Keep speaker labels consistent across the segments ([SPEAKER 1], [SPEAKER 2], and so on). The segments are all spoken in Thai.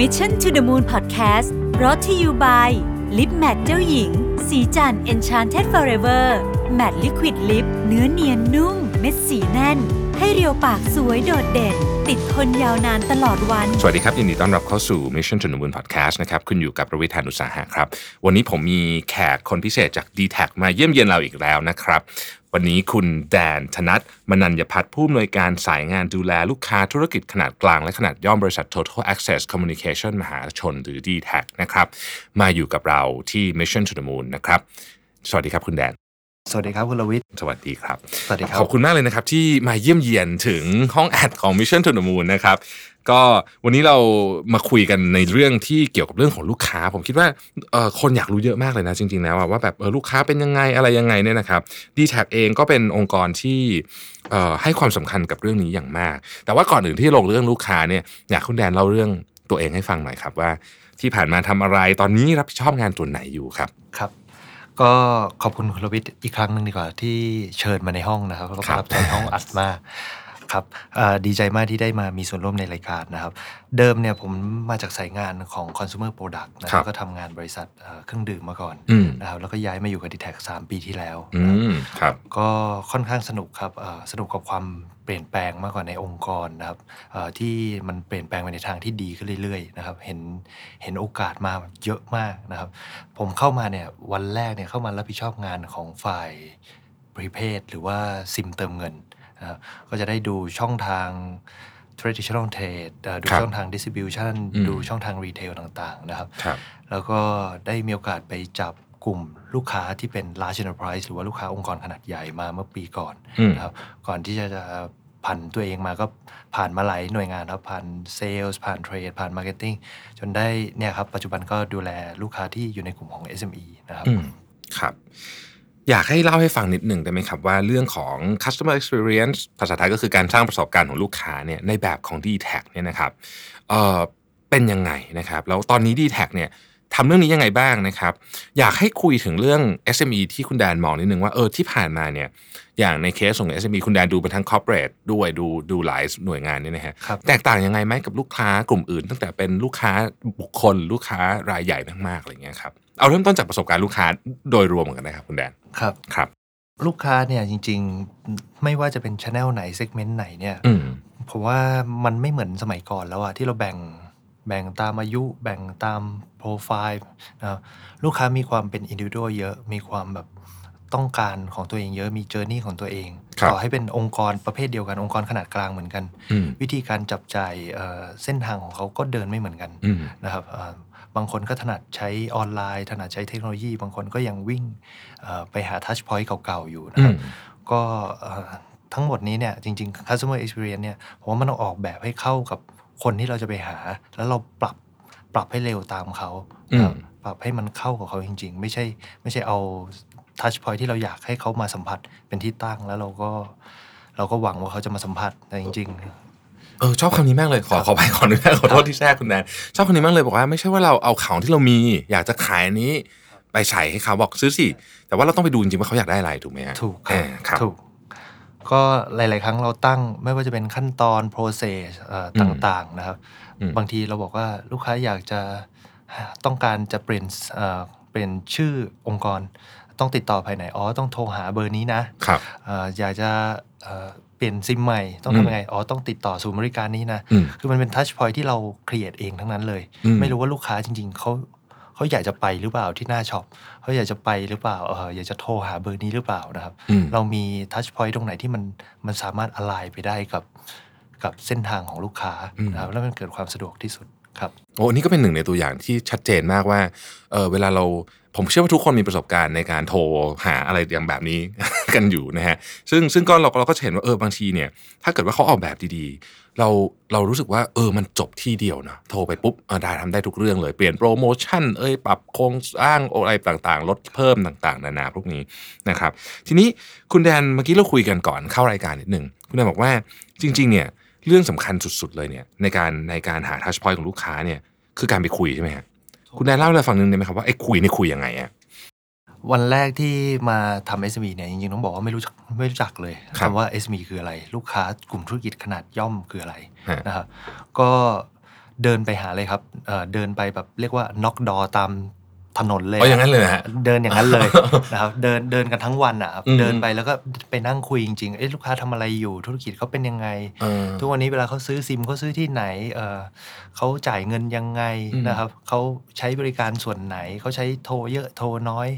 [SPEAKER 1] Mission to the Moon Podcast รอที่ you by Lip Matte เจ้าหญิง สีจัน Enchanted Forever Matte Liquid Lip เนื้อเนียนนุ่ม เม็ดสีแน่น ให้เรียวปากสวยโดดเด่น ติดทนยาวนานตลอดวัน
[SPEAKER 2] สวัสดีครับ ยินดีต้อนรับเข้าสู่ Mission to the Moon Podcast นะครับคุณอยู่กับประวิทยานุตสาหะครับ วันนี้ผมมีแขกคนพิเศษจาก d t แทมาเยี่ยมเยียนเราอีกแล้วนะครับ วันนี้คุณแดนธนัทมนัญญพัฒน์ผู้อำนวยการสายงานดูแลลูกค้าธุรกิจขนาดกลางและขนาดย่อมบริษัท Total Access Communication มหาชนหรือ d t แทนะครับ มาอยู่กับเราที่ Mission to the Moon นะครับ สวัสดีครับคุณแดน
[SPEAKER 3] สวัสดีครับ คุณลวิทย์
[SPEAKER 2] สวัสดีครับ
[SPEAKER 3] สวัสดีครับ
[SPEAKER 2] ขอบคุณมากเลยนะครับ ที่มาเยี่ยมเยียนถึงห้องแอดของ Mission to the Moon นะครับ ก็วันนี้เรามาคุยกันในเรื่องที่เกี่ยวกับเรื่องของลูกค้า ผมคิดว่าเอ่อคนอยากรู้เยอะมากเลยนะจริง ๆ แล้วอะว่าแบบเออลูกค้าเป็นยังไงอะไรยังไงเนี่ยนะครับดีแท็เองก็เป็นองค์กรที่เอ่อให้ความสำคัญกับเรื่องนี้อย่างมาก แต่ว่าก่อนอื่นที่ลงเรื่องลูกค้าเนี่ยอยากให้คุณแดนเล่าเรื่องตัวเองให้ฟังหน่อยครับว่า ที่ผ่านมาทำอะไรตอนนี้รับผิดชอบงานตัวไหนอยู่ครับ
[SPEAKER 3] ครับ ก็ขอบคุณคุณลวิทย์อีกครั้งหนึ่งดีกว่าที่เชิญมาในห้องนะครับแล้ว
[SPEAKER 2] ครับ
[SPEAKER 3] ก็รับในห้องอัดมาครับเอ่อดีใจมากที่ได้มามีส่วนร่วมในรายการนะครับ เดิมเนี่ยผมมาจากสายงานของ consumer product นะค
[SPEAKER 2] ครั
[SPEAKER 3] รับบ ก็ทำงานบริษัทเอ่อเครื่องดื่มมาก่อน
[SPEAKER 2] อืม
[SPEAKER 3] นะครับแล้วก็ย้ายมาอยู่กับดีแท็สามปีที่แล้ว
[SPEAKER 2] อื
[SPEAKER 3] นะครับ
[SPEAKER 2] มครับ
[SPEAKER 3] ก็ค่อนข้างสนุกครับเอ่อสนุกกับความเปลี่ยนแปลงมากกว่าในองค์กรนะครับเอ่อที่มันเปลี่ยนแปลงไปในทางที่ดีขึ้นเรื่อยๆนะครับเห็นเห็นโอกาสมาเยอะมากนะครับ ผมเข้ามาเนี่ยวันแรกเนี่ยเข้ามารับผิดชอบงานของฝ่ายบริเพศหรือว่าซิมเติมเงินนะครับก็จะได้ดูช่องทาง traditional trade เอ่อดู
[SPEAKER 2] ครับ
[SPEAKER 3] ช่องทาง distribution
[SPEAKER 2] อืม
[SPEAKER 3] ดูช่องทาง retail ต่างๆนะครับ
[SPEAKER 2] ครับ
[SPEAKER 3] แล้วก็ได้มีโอกาสไปจับกลุ่มลูกค้าที่เป็น large enterprise หรือว่าลูกค้าองค์กรขนาดใหญ่มาเมื่อปีก่อน
[SPEAKER 2] อืม
[SPEAKER 3] นะครับ ก่อนที่จะจะผ่านตัวเองมาก็ผ่านมาหลายหน่วยงานครับ ผ่าน sales ผ่านเทรด ผ่าน marketing จนได้เนี่ยครับ ปัจจุบันก็ดูแลลูกค้าที่อยู่ในกลุ่มของ SME นะครับ
[SPEAKER 2] อืมครับ อยากให้เล่าให้ฟังนิดหนึ่งได้ไหมครับว่าเรื่องของ customer experience ภาษาไทยก็คือการสร้างประสบการณ์ของลูกค้าเนี่ยในแบบของ d t แทเนี่ยนะครับเอ่อเป็นยังไงนะครับ แล้วตอนนี้ d t แทเนี่ยทำเรื่องนี้ยังไงบ้างนะครับ อยากให้คุยถึงเรื่อง SME ที่คุณแดนมองนิดนึงว่าเออที่ผ่านมาเนี่ยอย่างในเคสของ SME คุณแดนดูไปทั้ง corporate ด้วยดูดูหลายหน่วยงานเนี่ยนะฮะ
[SPEAKER 3] ครับ
[SPEAKER 2] แตกต่างยังไงไหมกับลูกค้ากลุ่มอื่น ตั้งแต่เป็นลูกค้าบุคคล ลูกค้ารายใหญ่มากๆอะไรเงี้ยครับ เอาเริ่มต้นจากประสบการณ์ลูกค้าโดยรวมกันนะครับ คุณแดน
[SPEAKER 3] ครับ
[SPEAKER 2] ครับ
[SPEAKER 3] ลูกค้าเนี่ยจริงๆ ไม่ว่าจะเป็น channel ไหน segment ไหนเนี่ย
[SPEAKER 2] อืม
[SPEAKER 3] ผมว่ามันไม่เหมือนสมัยก่อนแล้วอะที่เราแบ่งแบ่งตามอายุแบ่งตามโปรไฟล์นะครับลูกค้ามีความเป็นอินดิว a l เยอะ มีความแบบต้องการของตัวเองเยอะมีเจอร์นี่ของตัวเอง
[SPEAKER 2] ครับ
[SPEAKER 3] ต่อให้เป็นองค์กรประเภทเดียวกันองค์กรขนาดกลางเหมือนกัน
[SPEAKER 2] อืม
[SPEAKER 3] วิธีการจับจ่ายเอ่อเส้นทางของเขาก็เดินไม่เหมือนกัน
[SPEAKER 2] อืม
[SPEAKER 3] นะครับเอ่อบางคนก็ถนัดใช้ออนไลน์ ถนัดใช้เทคโนโลยี บางคนก็ยังวิ่งเอ่อไปหาทัชพอยต์เก่าๆอยู่นะ
[SPEAKER 2] อื
[SPEAKER 3] ครับ
[SPEAKER 2] ม
[SPEAKER 3] ก็เอ่อทั้งหมดนี้เนี่ยจริง ๆ customer experience เนี่ยผมว่ามันต้องออกแบบให้เข้ากับคนที่เราจะไปหา แล้วเราปรับปรับให้เร็วตามเขา
[SPEAKER 2] อืม
[SPEAKER 3] ครับปรับให้มันเข้ากับเขาจริง ๆ ไม่ใช่ไม่ใช่เอา touch point ที่เราอยากให้เขามาสัมผัสเป็นที่ตั้งแล้วเราก็เราก็หวังว่าเขาจะมาสัมผัสแต่จริง
[SPEAKER 2] เออชอบคำนี้มากเลยขอขอไปขออนุญาตขอโทษที่แทรกคุณแดนชอบคำนี้มากเลยบอกว่าไม่ใช่ว่าเราเอาของที่เรามี อยากจะขายอันนี้ ไปใส่ให้เขาบอกซื้อสิแต่ว่าเราต้องไปดูจริงๆว่าเขาอยากได้อะไรถูกไหมฮะ
[SPEAKER 3] ๆ ถูกค
[SPEAKER 2] เอ
[SPEAKER 3] รับ
[SPEAKER 2] อครับ
[SPEAKER 3] ถูก ก็หลาย ๆ ครั้งเราตั้งไม่ว่าจะเป็นขั้นตอน process เอ่อ
[SPEAKER 2] อืม
[SPEAKER 3] ต่าง ๆ นะครับ
[SPEAKER 2] อืม
[SPEAKER 3] บางทีเราบอกว่าลูกค้าอยากจะต้องการจะเปลี่ยนเอ่อเปลี่ยนชื่อองค์กร ต้องติดต่อภายไหนอ๋อต้องโทรหาเบอร์นี้นะครับ เอ่ออยากจะเอ่อเปลี่ยนซิมใหม่ต้อง
[SPEAKER 2] อืม
[SPEAKER 3] ทำยังไงอ๋อต้องติดต่อศูนย์บริการนี้นะ
[SPEAKER 2] อืม
[SPEAKER 3] คือมันเป็นทัชพอยที่เราครีเอทเองทั้งนั้นเลย
[SPEAKER 2] อืม
[SPEAKER 3] ไม่รู้ว่าลูกค้าจริง ๆเขาเขาอยากจะไปหรือเปล่าที่หน้าช็อปเขาอยากจะไปหรือเปล่าเอออยากจะโทรหาเบอร์นี้หรือเปล่านะครับ
[SPEAKER 2] อืม
[SPEAKER 3] เรามีทัชพอยต์ตรงไหนที่มันมันสามารถอ l ไลน์ไปได้กับกับเส้นทางของลูกค้า
[SPEAKER 2] อืม
[SPEAKER 3] นะครับแล้วมันเกิดความสะดวกที่สุดครับ
[SPEAKER 2] โอ้อันนี่ก็เป็นหนึ่งในตัวอย่างที่ชัดเจนมากว่า เออเวลาเราผมเชื่อว่าทุกคนมีประสบการณ์ในการโทรหาอะไรอย่างแบบนี้ กันอยู่นะฮะ ซึ่งซึ่งก็เราเราก็จะเห็นว่าเออบางทีเนี่ย ถ้าเกิดว่าเขาออกแบบดีๆ เราเรารู้สึกว่าเออมันจบที่เดียวนะโทรไปปุ๊บเออได้ทำได้ทุกเรื่องเลยเปลี่ยนโปรโมชั่นเอ้ยปรับโครงสร้างอะไรต่างๆ ลดเพิ่มต่างๆ นานาพวกนี้นะครับ ทีนี้คุณแดนเมื่อกี้เราคุยกันก่อนเข้ารายการนิดหนึ่งคุณแดนบอกว่าจริง ๆ เนี่ย เรื่องสำคัญสุด ๆ เลยเนี่ยในการในการหาทัชพอยต์ของลูกค้าเนี่ยคือการไปคุยใช่ไหมฮะคุณแดนเล่าให้เราฟังหนึ่งได้ไหมครับว่าไอ้คุยนี่คุยยังไงอ่ะ
[SPEAKER 3] วันแรกที่มาทำ SME เนี่ยจริงๆต้องบอกว่าไม่รู้จักไม่รู้จักเลย
[SPEAKER 2] ครับ
[SPEAKER 3] คำว่า SME คืออะไร ลูกค้า กลุ่มธุรกิจขนาดย่อมคืออะไร
[SPEAKER 2] ฮะ
[SPEAKER 3] นะครับก็ เดินไปหาเลยครับเอ่อเดินไปแบบเรียกว่าน็อกดอตามถนนเลย
[SPEAKER 2] อ๋ออย่างนั้นเลยนะฮะ
[SPEAKER 3] เดินอย่างนั้น เลย นะครับเดินเดินกันทั้งวันอ่ะครับ
[SPEAKER 2] อืม
[SPEAKER 3] เดินไปแล้วก็ไปนั่งคุยจริงๆเอ๊ะลูกค้าทำอะไรอยู่ธุรกิจเขาเป็นยังไง
[SPEAKER 2] เออ
[SPEAKER 3] ทุกวันนี้เวลาเขาซื้อซิมเขาซื้อที่ไหนเอ่อเขาจ่ายเงินยังไง
[SPEAKER 2] อืม
[SPEAKER 3] นะครับเขาใช้บริการส่วนไหนเขาใช้โทรเยอะโทรน้อย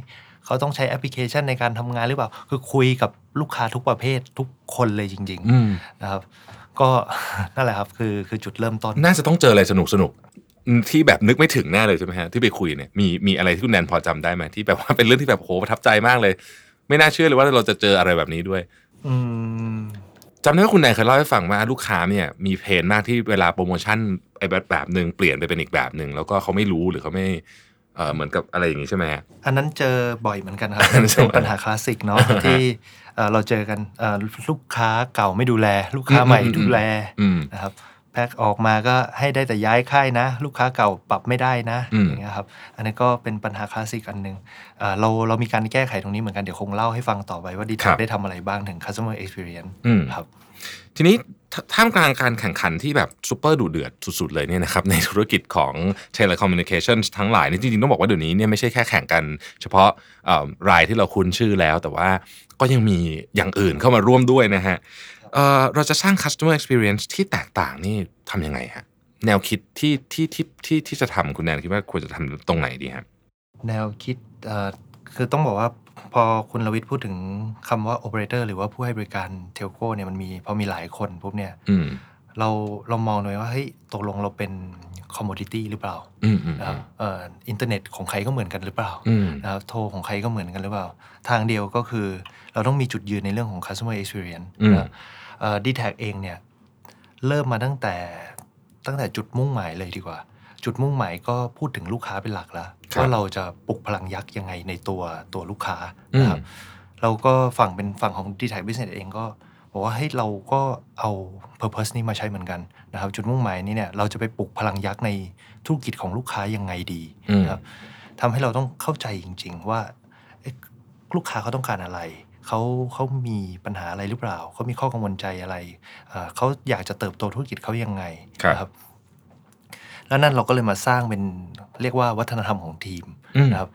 [SPEAKER 3] เขาต้องใช้แอปพลิเคชันในการทำงานหรือเปล่า คือคุยกับลูกค้าทุกประเภททุกคนเลยจริง
[SPEAKER 2] อืม
[SPEAKER 3] ๆนะครับ ก็ นั่นแหละครับคือคือจุดเริ่มต้น
[SPEAKER 2] น่าจะต้องเจออะไรสนุกสนุกๆที่แบบนึกไม่ถึงแน่เลยใช่ไหมฮะที่ไปคุยเนี่ยมีมีอะไรที่คุณแนนพอจำได้ไหมที่แบบว่า เป็นเรื่องที่แบบโหประทับใจมากเลย ไม่น่าเชื่อเลยว่าเราจะเจออะไรแบบนี้ด้วย
[SPEAKER 3] อืม
[SPEAKER 2] จำได้ว่าคุณนายเคยเล่าให้ฟังว่าลูกค้าเนี่ยมีเพนมากที่เวลาโปรโมชั่นไอ้แบบแบบหนึ่งเปลี่ยนไปเป็นอีกแบบหนึ่งแล้วก็เขาไม่รู้หรือเขาไม่เอ่อเหมือนกับอะไรอย่างนี้ใช่ไหมฮะ
[SPEAKER 3] อันนั้นเจอบ่อยเหมือนกัน ครับ
[SPEAKER 2] อันนั้นเจอบ่อย
[SPEAKER 3] เป็นปัญหาคลาสสิกเนาะ ที่เอ่อเราเจอกันเอ่อลูกค้าเก่าไม่ดูแล ลูกค้า
[SPEAKER 2] อืม
[SPEAKER 3] ใหม่
[SPEAKER 2] อืม
[SPEAKER 3] ดูแล
[SPEAKER 2] อืม
[SPEAKER 3] นะครับแพ็คออกมาก็ให้ได้แต่ย้ายค่ายนะ ลูกค้าเก่าปรับไม่ได้นะ
[SPEAKER 2] อืม
[SPEAKER 3] อย่างเงี้ยครับอันนี้ก็เป็นปัญหาคลาสสิกอันหนึ่งเอ่อเราเรามีการแก้ไขตรงนี้เหมือนกัน เดี๋ยวคงเล่าให้ฟังต่อไปว่าดีทได้ทำอะไรบ้างถึง customer experience
[SPEAKER 2] อืม
[SPEAKER 3] ครับ
[SPEAKER 2] ทีนี้ท่าท่ามกลางการแข่งขันที่แบบซูเปอร์ดุเดือดสุดๆเลยเนี่ยนะครับ ในธุรกิจของเทเลคอมมิวนิเคชันทั้งหลายนี่จริงๆ ต้องบอกว่าเดี๋ยวนี้เนี่ยไม่ใช่แค่แข่งกัน เฉพาะเอ่อรายที่เราคุ้นชื่อแล้ว แต่ว่าก็ยังมีอย่างอื่นเข้ามาร่วมด้วยนะฮะเอ่อเราจะสร้าง customer experience ที่แตกต่างนี่ทำยังไงฮะ แนวคิดที่ที่ที่ที่ที่จะทำคุณแนนคิดว่าควรจะทำตรงไหนดีฮะ
[SPEAKER 3] แนวคิดเอ่อคือต้องบอกว่าพอคุณลวิทย์พูดถึงคำว่า operator หรือว่าผู้ให้บริการเทลโก้เนี่ยมันมีพอมีหลายคนปุ๊บเนี่ย
[SPEAKER 2] อืม
[SPEAKER 3] เราเรามองหน่อยว่าเฮ้ยตกลงเราเป็น commodity หรือเปล่า
[SPEAKER 2] อืมอืม
[SPEAKER 3] นะครับเอ่ออินเทอร์เน็ตของใครก็เหมือนกันหรือเปล่า
[SPEAKER 2] อืม
[SPEAKER 3] นะครับโทรของใครก็เหมือนกันหรือเปล่า ทางเดียวก็คือเราต้องมีจุดยืนในเรื่องของ customer experience
[SPEAKER 2] อืม
[SPEAKER 3] นะดีแท็เองเนี่ยเริ่มมาตั้งแต่ตั้งแต่จุดมุ่งหมายเลยดีกว่า จุดมุ่งหมายก็พูดถึงลูกค้าเป็นหลักแล้ว
[SPEAKER 2] ครับ
[SPEAKER 3] ว่าเราจะปลุกพลังยักษ์ยังไงในตัวตัวลูกค้านะครับเราก็ฝั่งเป็นฝั่งของ d t แท็ Business เองก็บอกว่าให้ยเราก็เอา Purpose นี้มาใช้เหมือนกันนะครับจุดมุ่งหมายนี้เนี่ยเราจะไปปลุกพลังยักษ์ในธุรกิจของลูกค้ายังไงดี
[SPEAKER 2] อืม
[SPEAKER 3] นะครับ ทำให้เราต้องเข้าใจจริง ๆ ว่าเอ๊ะลูกค้าเขาต้องการอะไร เขาเขามีปัญหาอะไรหรือเปล่า เขามีข้อกังวลใจอะไรเอ่อเขาอยากจะเติบโตธุรกิจเขายังไง
[SPEAKER 2] ครับ
[SPEAKER 3] นะแล้วนั่นเราก็เลยมาสร้างเป็นเรียกว่าวัฒนธรรมของทีม
[SPEAKER 2] อืม
[SPEAKER 3] นะครับ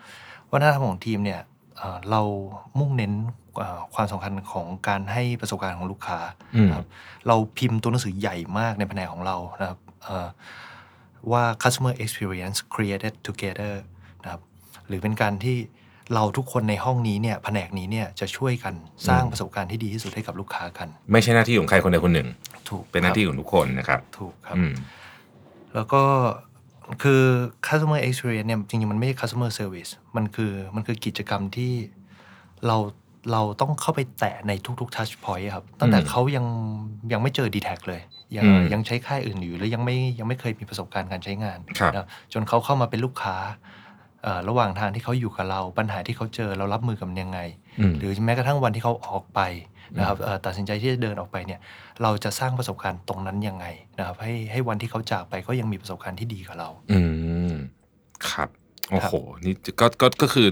[SPEAKER 3] วัฒนธรรมของทีมเนี่ยเอ่อเรามุ่งเน้นเอ่อความสำคัญของการให้ประสบการณ์ของลูกค้า
[SPEAKER 2] อืม
[SPEAKER 3] นะครับเราพิมพ์ตัวหนังสือใหญ่มากในแผนกของเรานะครับเอ่อว่า customer experience created together นะครับหรือเป็นการที่เราทุกคนในห้องนี้เนี่ยแผนกนี้เนี่ยจะช่วยกันสร้าง
[SPEAKER 2] อืม
[SPEAKER 3] ประสบการณ์ที่ดีที่สุดให้กับลูกค้ากัน
[SPEAKER 2] ไม่ใช่หน้าที่ของใครคนใดคนหนึ่ง
[SPEAKER 3] ถูก
[SPEAKER 2] เป็นหน้าที่
[SPEAKER 3] ครับ
[SPEAKER 2] ของทุกคนนะครับ
[SPEAKER 3] ถูกครับ
[SPEAKER 2] อืม
[SPEAKER 3] แล้วก็คือ customer experience เนี่ยจริงๆ มันไม่ใช่ customer service มันคือมันคือกิจกรรมที่เราเราต้องเข้าไปแตะในทุกๆ touch point อะครับ ตั้งแต่
[SPEAKER 2] อืม
[SPEAKER 3] เขายังยังไม่เจอ d t a c เลย ยัง
[SPEAKER 2] อืม
[SPEAKER 3] ยังใช้ค่ายอื่นอยู่ และยังไม่ยังไม่เคยมีประสบการณ์การใช้งาน
[SPEAKER 2] ครับ
[SPEAKER 3] นะจนเขาเข้ามาเป็นลูกค้าเอ่อระหว่างทางที่เขาอยู่กับเรา ปัญหาที่เขาเจอเรารับมือกับมันยังไง
[SPEAKER 2] อืม
[SPEAKER 3] หรือแม้กระทั่งวันที่เขาออกไปนะครับเอ่อตัดสินใจที่จะเดินออกไปเนี่ยเราจะสร้างประสบการณ์ตรงนั้นยังไงนะครับให้ให้วันที่เขาจากไปก็ยังมีประสบการณ์ที่ดีกับเรา
[SPEAKER 2] อืม ครับ โอ้โห นี่ก็ก็ก็คือ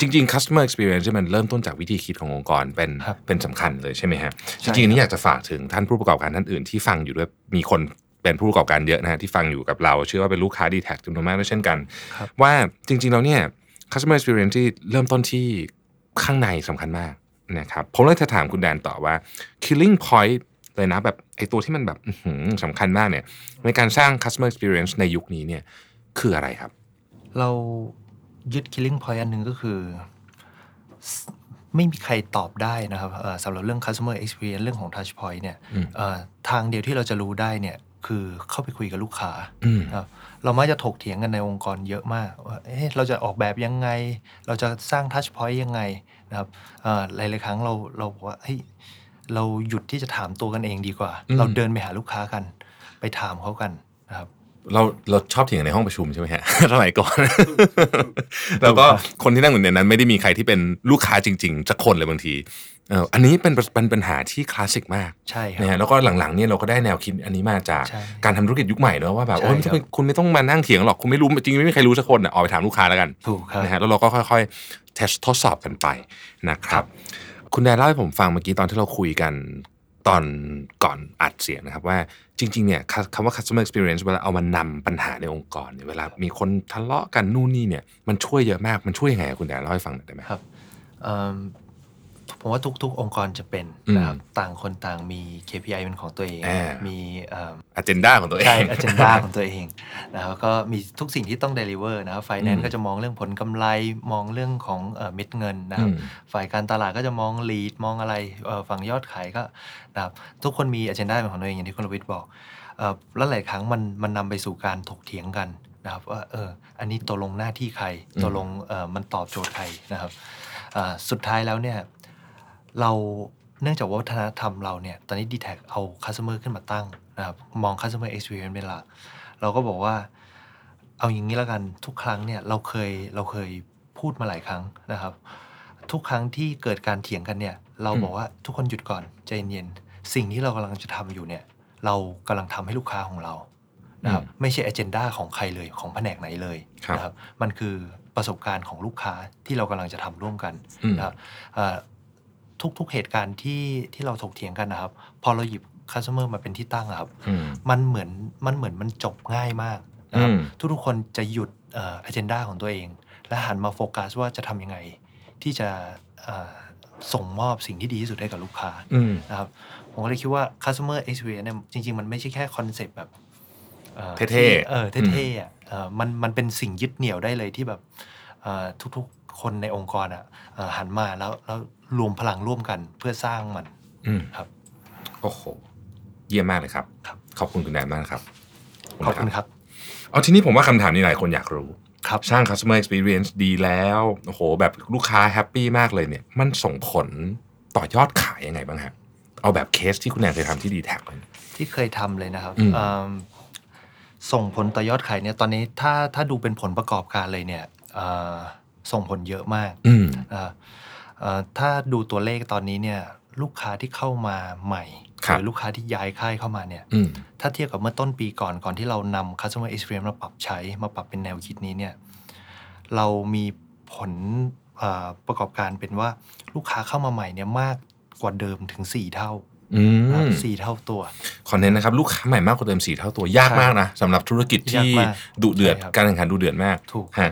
[SPEAKER 2] จริง ๆ customer experience ใช่ไหมมันเริ่มต้นจากวิธีคิดขององค์กรเป็น
[SPEAKER 3] ครับ
[SPEAKER 2] เป็นสำคัญเลยใช่ไหมฮะ
[SPEAKER 3] ใช่
[SPEAKER 2] จริงๆอันนี้
[SPEAKER 3] ค
[SPEAKER 2] อ
[SPEAKER 3] รับ
[SPEAKER 2] ยากจะฝากถึงท่านผู้ประกอบการท่านอื่นที่ฟังอยู่ด้วยมีคนเป็นผู้ประกอบการเยอะนะฮะที่ฟังอยู่กับเรา เชื่อว่าเป็นลูกค้าดีแท็จำนวนมากด้วยเช่นกัน
[SPEAKER 3] ครับ
[SPEAKER 2] ว่าจริง ๆ แล้วเนี่ย customer experience ที่เริ่มต้นที่ข้างในสำคัญมากนะครับผมเลยจะถามคุณแดนต่อว่า killing point เลยนะแบบไอตัวที่มันแบบอื้อหือสำคัญมากเนี่ย ในการสร้าง customer experience ในยุคนี้เนี่ยคืออะไรครับ
[SPEAKER 3] เรายึด killing point อันหนึ่งก็คือสไม่มีใครตอบได้นะครับเอ่อสำหรับเรื่อง customer experience เรื่องของ touch point เนี่ย
[SPEAKER 2] อืม
[SPEAKER 3] เอ่อทางเดียวที่เราจะรู้ได้เนี่ยคือเข้าไปคุยกับลูกค้า
[SPEAKER 2] อืม
[SPEAKER 3] ครับเรามักจะถกเถียงกันในองค์กรเยอะมากว่าเอ๊ะเราจะออกแบบยังไง เราจะสร้างทัชพอยต์ยังไงนะครับเอ่อหลาย ๆ ครั้งเราเราบอกว่าเฮ้ยเราหยุดที่จะถามตัวกันเองดีกว่า
[SPEAKER 2] อืม
[SPEAKER 3] เราเดินไปหาลูกค้ากัน ไปถามเขากันนะครับ
[SPEAKER 2] เราเราชอบเถียงในห้องประชุมใช่ไหมฮะ สมัยก่อน แล้วก็คนที่นั่งอยู่ในนั้น ไม่ได้มีใครที่เป็นลูกค้าจริงๆสักคนเลยบางทีเอ่ออันนี้เป็นประเป็นปัญหาที่คลาสสิกมาก
[SPEAKER 3] ใช่ค
[SPEAKER 2] นะ
[SPEAKER 3] รับ
[SPEAKER 2] ฮะแล้วก็หลังๆเนี่ยเราก็ได้แนวคิดอันนี้มาจาก
[SPEAKER 3] ใช่
[SPEAKER 2] การทำธุรกิจยุคใหม่เนอะว่าแบบ
[SPEAKER 3] ใช่
[SPEAKER 2] โอ้ยไม่ต้อง
[SPEAKER 3] ครับ
[SPEAKER 2] คุณไม่ต้องมานั่งเถียงหรอกคุณไม่รู้จริงๆไม่มีใครรู้สักคนอ่ะออกไปถามลูกค้าแล้วกัน
[SPEAKER 3] ถูกครับ
[SPEAKER 2] นะฮะแล้วเราก็ค่อยๆ test ทดสอบกันไปนะครับ คุณแดนเล่าให้ผมฟังเมื่อกี้ตอนที่เราคุยกัน ตอนก่อนอัดเสียงนะครับว่าจริงๆเนี่ยคคำว่า customer experience เวลาเอามานำปัญหาในองค์กรเนี่ยเวลามีคนทะเลาะกันนู่นนี่เนี่ยมันช่วยเยอะมากมันช่วยยังไงอะคุณแดนเล่าให้ฟังหน่อยได้ไหม
[SPEAKER 3] ครับเอิ่มผมว่าทุกๆ องค์กรจะเป็น
[SPEAKER 2] อืม
[SPEAKER 3] นะครับต่างคนต่างมี KPI เป็นของตัวเอง
[SPEAKER 2] อ่ามี
[SPEAKER 3] มีเอิ่ม
[SPEAKER 2] อเจนดาของตัวเอง
[SPEAKER 3] ใช่ agenda ของตัวเองนะครับก็มีทุกสิ่งที่ต้อง deliver นะครับ
[SPEAKER 2] อื
[SPEAKER 3] finance
[SPEAKER 2] ม
[SPEAKER 3] ก็จะมองเรื่องผลกำไรมองเรื่องของเอ่อเม็ดเงินนะครับ
[SPEAKER 2] อืม
[SPEAKER 3] ฝ่ายการตลาดก็จะมอง lead มองอะไรเอ่อฝั่งยอดขายก็นะครับทุกคนมี agenda เป็นของตัวเองอย่างที่คุณรวิทย์บอกเอ่อแล้วหลายครั้งมันมันนำไปสู่การถกเถียงกันนะครับว่าเอออันนี้ตกลงหน้าที่ใครตกลงเอ่อมันตอบโจทย์ใครนะครับอ่าสุดท้ายแล้วเนี่ยเราเนื่องจากว่าวัฒนธรรมเราเนี่ยตอนนี้ d t แทเอา customer ขึ้นมาตั้งนะครับมอง customer experience เป็นหลัก เราก็บอกว่าเอาอย่างนี้แล้วกันทุกครั้งเนี่ยเราเคยเราเคยพูดมาหลายครั้งนะครับ ทุกครั้งที่เกิดการเถียงกันเนี่ย เรา
[SPEAKER 2] อืม
[SPEAKER 3] บอกว่าทุกคนหยุดก่อนใจเย็นๆสิ่งที่เรากำลังจะทำอยู่เนี่ย เรากำลังทำให้ลูกค้าของเรานะครับไม่ใช่ agenda ของใครเลยของแผนกไหนเลย
[SPEAKER 2] ครับ
[SPEAKER 3] นะครับมันคือประสบการณ์ของลูกค้าที่เรากำลังจะทำร่วมกัน
[SPEAKER 2] อืม
[SPEAKER 3] นะครับเอ่อทุกๆเหตุการณ์ที่ที่เราถกเถียงกันนะครับ พอเราหยิบ customer มาเป็นที่ตั้งอะครับ
[SPEAKER 2] อืม
[SPEAKER 3] มันเหมือนมันเหมือนมันจบง่ายมากนะครับ
[SPEAKER 2] อืม
[SPEAKER 3] ทุกๆคนจะหยุดเอ่อ agenda ของตัวเอง และหันมาโฟกัสว่าจะทำยังไง ที่จะเอ่อส่งมอบสิ่งที่ดีที่สุดให้กับลูกค้า
[SPEAKER 2] อืม
[SPEAKER 3] นะครับผมก็เลยคิดว่า customer experience เนี่ยจริง ๆ มันไม่ใช่แค่คอนเซปต์แบบอ่อ
[SPEAKER 2] เท่ๆ
[SPEAKER 3] ที่เออ
[SPEAKER 2] อืม
[SPEAKER 3] เท่ๆอ่ะเอ่อมันมันเป็นสิ่งยึดเหนี่ยวได้เลยที่แบบเอ่อทุกๆ คนในองค์กรอ่ะเอ่อหันมาแล้วแล้วรวมพลังร่วมกันเพื่อสร้างมัน
[SPEAKER 2] อืม
[SPEAKER 3] ครับ
[SPEAKER 2] โอ้โห เยี่ยมมากเลยครับ
[SPEAKER 3] ครับ
[SPEAKER 2] ขอบคุณคุณแดนมากนะครับ
[SPEAKER 3] ขอบคุณครับ
[SPEAKER 2] เอาทีนี้ผมว่าคำถามนี้หลายคนอยากรู้
[SPEAKER 3] ครับ
[SPEAKER 2] สร้าง customer experience ดีแล้ว โอ้โห แบบลูกค้าแฮปปี้มากเลยเนี่ย มันส่งผลต่อยอดขายยังไงบ้างฮะ เอาแบบเคสที่คุณแดนเคยทำที่ดีแท็กเลย
[SPEAKER 3] ที่เคยทำเลยนะครับ
[SPEAKER 2] อืม
[SPEAKER 3] เอิ่มส่งผลต่อยอดขายเนี่ยตอนนี้ถ้าถ้าดูเป็นผลประกอบการเลยเนี่ยเอ่อส่งผลเยอะมาก
[SPEAKER 2] อืม
[SPEAKER 3] เอ่อเอ่อถ้าดูตัวเลขตอนนี้เนี่ยลูกค้าที่เข้ามาใหม่
[SPEAKER 2] ค
[SPEAKER 3] ห
[SPEAKER 2] รับ
[SPEAKER 3] รือลูกค้าที่ย้ายค่ายเข้ามาเนี่ย
[SPEAKER 2] อืม
[SPEAKER 3] ถ้าเทียบกับเมื่อต้นปีก่อนก่อนที่เรานำ customer experience มาปรับใช้มาปรับเป็นแนวคิดนี้เนี่ยเรามีผลเอ่อประกอบการเป็นว่าลูกค้าเข้ามาใหม่เนี่ยมากกว่าเดิมถึง 4 เท่า
[SPEAKER 2] อื
[SPEAKER 3] ครับ
[SPEAKER 2] ม
[SPEAKER 3] สี่เท่าตัว
[SPEAKER 2] คอนเทนต์นะครับ ลูกค้าใหม่มากกว่าเดิมสี่เท่าตัวยาก
[SPEAKER 3] ใช่
[SPEAKER 2] มากนะสำหรับธุรกิจที่
[SPEAKER 3] ยากมาก
[SPEAKER 2] ดุเดือด
[SPEAKER 3] ใช่ครับ
[SPEAKER 2] การแข่งขันดุเดือดมาก
[SPEAKER 3] ถูก
[SPEAKER 2] ฮะ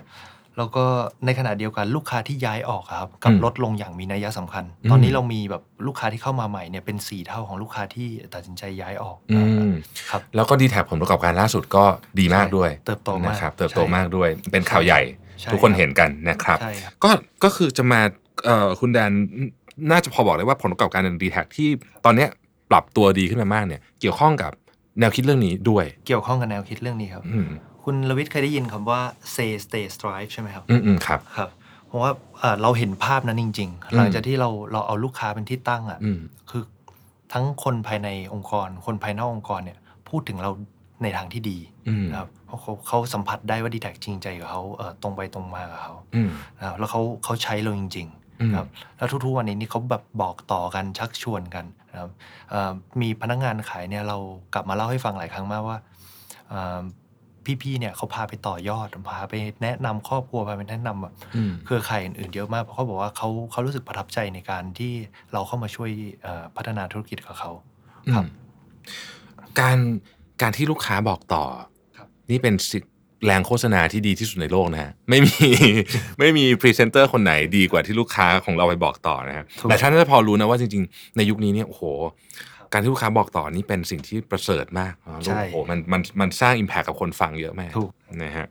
[SPEAKER 3] แล้วก็ในขณะเดียวกันลูกค้าที่ย้ายออกครับกลั
[SPEAKER 2] อื
[SPEAKER 3] บ
[SPEAKER 2] ม
[SPEAKER 3] ลดลงอย่างมีนัยสำคัญ
[SPEAKER 2] อืม
[SPEAKER 3] ตอนนี้เรามีแบบลูกค้าที่เข้ามาใหม่เนี่ยเป็น4เท่าของลูกค้าที่ตัดสินใจย้ายออก
[SPEAKER 2] อืม
[SPEAKER 3] ครับ
[SPEAKER 2] แล้วก็ดีแท็ผลประกอบการล่าสุดก็ดีมากด้วย
[SPEAKER 3] เติบโตมาก
[SPEAKER 2] นะครับ เติบโต
[SPEAKER 3] ใช่
[SPEAKER 2] มากด้วย เป็นข่าวใหญ่
[SPEAKER 3] ใช่
[SPEAKER 2] ทุกคน
[SPEAKER 3] ครับ
[SPEAKER 2] เห็นกันนะครับ
[SPEAKER 3] ใช่ครับ
[SPEAKER 2] ก็ ก็คือจะมาเอ่อคุณแดนน่าจะพอบอกได้ว่าผลประกอบการดีแท็ที่ตอนเนี้ยปรับตัวดีขึ้นมามากเนี่ย เกี่ยวข้องกับแนวคิดเรื่องนี้ด้วย
[SPEAKER 3] เกี่ยวข้องกับแนวคิดเรื่องนี้ครับ
[SPEAKER 2] อืม
[SPEAKER 3] คุณลวิทย์เคยได้ยินคำว่า say stay strive ใช่ไหมครับ
[SPEAKER 2] อืมอืมครับ
[SPEAKER 3] ครับเพราะว่าเอ่อเราเห็นภาพนั้นจริง
[SPEAKER 2] อืม
[SPEAKER 3] ๆ หลังจากที่เราเราเอาลูกค้าเป็นที่ตั้งอ่ะ
[SPEAKER 2] อืม
[SPEAKER 3] คือทั้งคนภายในองค์กร คนภายนอกองค์กรเนี่ยพูดถึงเราในทางที่ดี
[SPEAKER 2] อืม
[SPEAKER 3] นะครับเพราะเขาเขาสัมผัสได้ว่าดีแท็จริงใจกับเขาเอ่อตรงไปตรงมากับเขา
[SPEAKER 2] อืม
[SPEAKER 3] นะครับแล้วเขาเขาใช้เราจริง
[SPEAKER 2] อืม
[SPEAKER 3] ๆครับแล้วทุกๆวันนี้นี่เขาแบบบอกต่อกันชักชวนกันนะครับเอ่อมีพนักงานขายเนี่ยเรากลับมาเล่าให้ฟังหลายครั้งมากว่าเอ่อพี่ๆเนี่ยเขาพาไปต่อยอดพาไปแนะนำครอบครัวพาไปแนะนำแบบ
[SPEAKER 2] อืม
[SPEAKER 3] เครือข่ายอื่นๆเยอะมากเพราะเขาบอกว่าเขาเขารู้สึกประทับใจในการที่เราเข้ามาช่วยเอ่อพัฒนาธุรกิจของเขา ครับ
[SPEAKER 2] อืมการการที่ลูกค้าบอกต่อ
[SPEAKER 3] ครับ
[SPEAKER 2] นี่เป็นสิแรงโฆษณาที่ดีที่สุดในโลกนะฮะ ไม่มี ไม่มีพรีเซนเตอร์คนไหนดีกว่าที่ลูกค้าของเราไปบอกต่อนะฮะ
[SPEAKER 3] ถูก
[SPEAKER 2] แต่ท่านน่าจะพอรู้นะว่าจริงๆ ในยุคนี้เนี่ยโอ้โห การที่ลูกค้าบอกต่อนี่เป็นสิ่งที่ประเสริฐมากเนอะ
[SPEAKER 3] ใช่
[SPEAKER 2] โอ้โหมันมันมันสร้างอิมแพคกับคนฟังเยอะมาก
[SPEAKER 3] ถูก
[SPEAKER 2] นะฮะ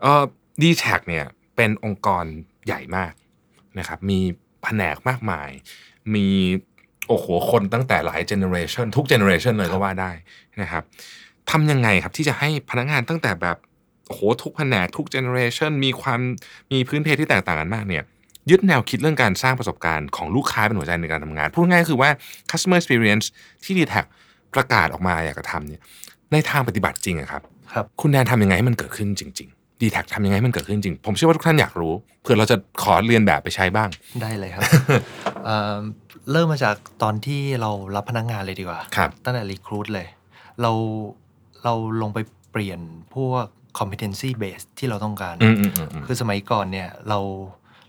[SPEAKER 2] เอ่อดีแท็เนี่ยเป็นองค์กรใหญ่มากนะครับมีแผนกมากมาย มีโอ้โหคนตั้งแต่หลายเจเนอเรชันทุกเจเนอเรชันเลยก็ว่าได้นะครับทำยังไงครับที่จะให้พนักงานตั้งแต่แบบโอ้โหทุกแผนกทุกเจเนอเรชันมีความมีพื้นเพที่แตกต่างกันมากเนี่ยยึดแนวคิดเรื่องการสร้างประสบการณ์ของลูกค้าเป็นหัวใจในการทำงาน พูดง่ายๆคือว่า customer experience ที่ d t a c ประกาศออกมาอยากจะทำเนี่ยในทางปฏิบัติจริงอะครับ
[SPEAKER 3] ครับ
[SPEAKER 2] คุณแดนทำยังไงให้มันเกิดขึ้นจริง ๆ d t a c ทำยังไงให้มันเกิดขึ้นจริง ผมเชื่อว่าทุกท่านอยากรู้เผื่อเราจะขอเรียนแบบไปใช้บ้าง
[SPEAKER 3] ได้เลยครับ เอ่อเริ่มมาจากตอนที่เรารับพนักงานเลยดีกว่า
[SPEAKER 2] ครับ
[SPEAKER 3] ตั้งแต่รีครูดเลย เราเราลงไปเปลี่ยนพวก competency base ที่เราต้องการ
[SPEAKER 2] อืมอืมอืมอืม
[SPEAKER 3] คือสมัยก่อนเนี่ยเรา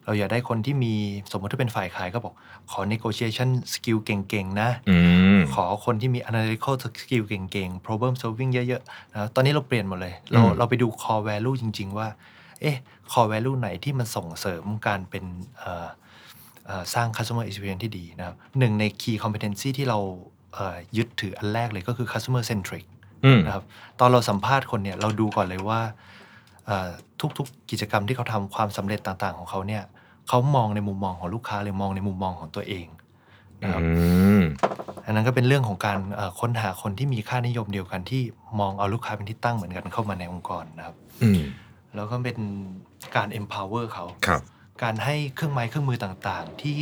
[SPEAKER 3] เราอยากได้คนที่มีสมมติถ้าเป็นฝ่ายขายก็บอกขอ negotiation skill เก่งๆ นะ
[SPEAKER 2] อืม
[SPEAKER 3] ขอคนที่มี analytical skill เก่งๆ problem solving เยอะๆนะตอนนี้เราเปลี่ยนหมดเลย เรา
[SPEAKER 2] อืม
[SPEAKER 3] เราไปดู core value จริง ๆ ว่า เอ๊ะ core value ไหนที่มันส่งเสริมการเป็นเอ่อเอ่อสร้าง customer experience ที่ดีนะครับหนึ่งใน key competency ที่เราเอ่อยึดถืออันแรกเลยก็คือ customer centric
[SPEAKER 2] อืม
[SPEAKER 3] นะครับตอนเราสัมภาษณ์คนเนี่ยเราดูก่อนเลยว่าเอ่อทุกๆกิจกรรมที่เขาทำความสำเร็จต่างๆ ของเขาเนี่ยเขามองในมุมมองของลูกค้าหรือมองในมุมมองของตัวเองนะครับ
[SPEAKER 2] อืม
[SPEAKER 3] อันนั้นก็เป็นเรื่องของการเอ่อค้นหาคนที่มีค่านิยมเดียวกันที่มองเอาลูกค้าเป็นที่ตั้งเหมือนกันเข้ามาในองค์กรนะครับ
[SPEAKER 2] อืม
[SPEAKER 3] แล้วก็เป็นการ empower เขา
[SPEAKER 2] ครับ
[SPEAKER 3] การให้เครื่องไม้เครื่องมือต่างๆ ที่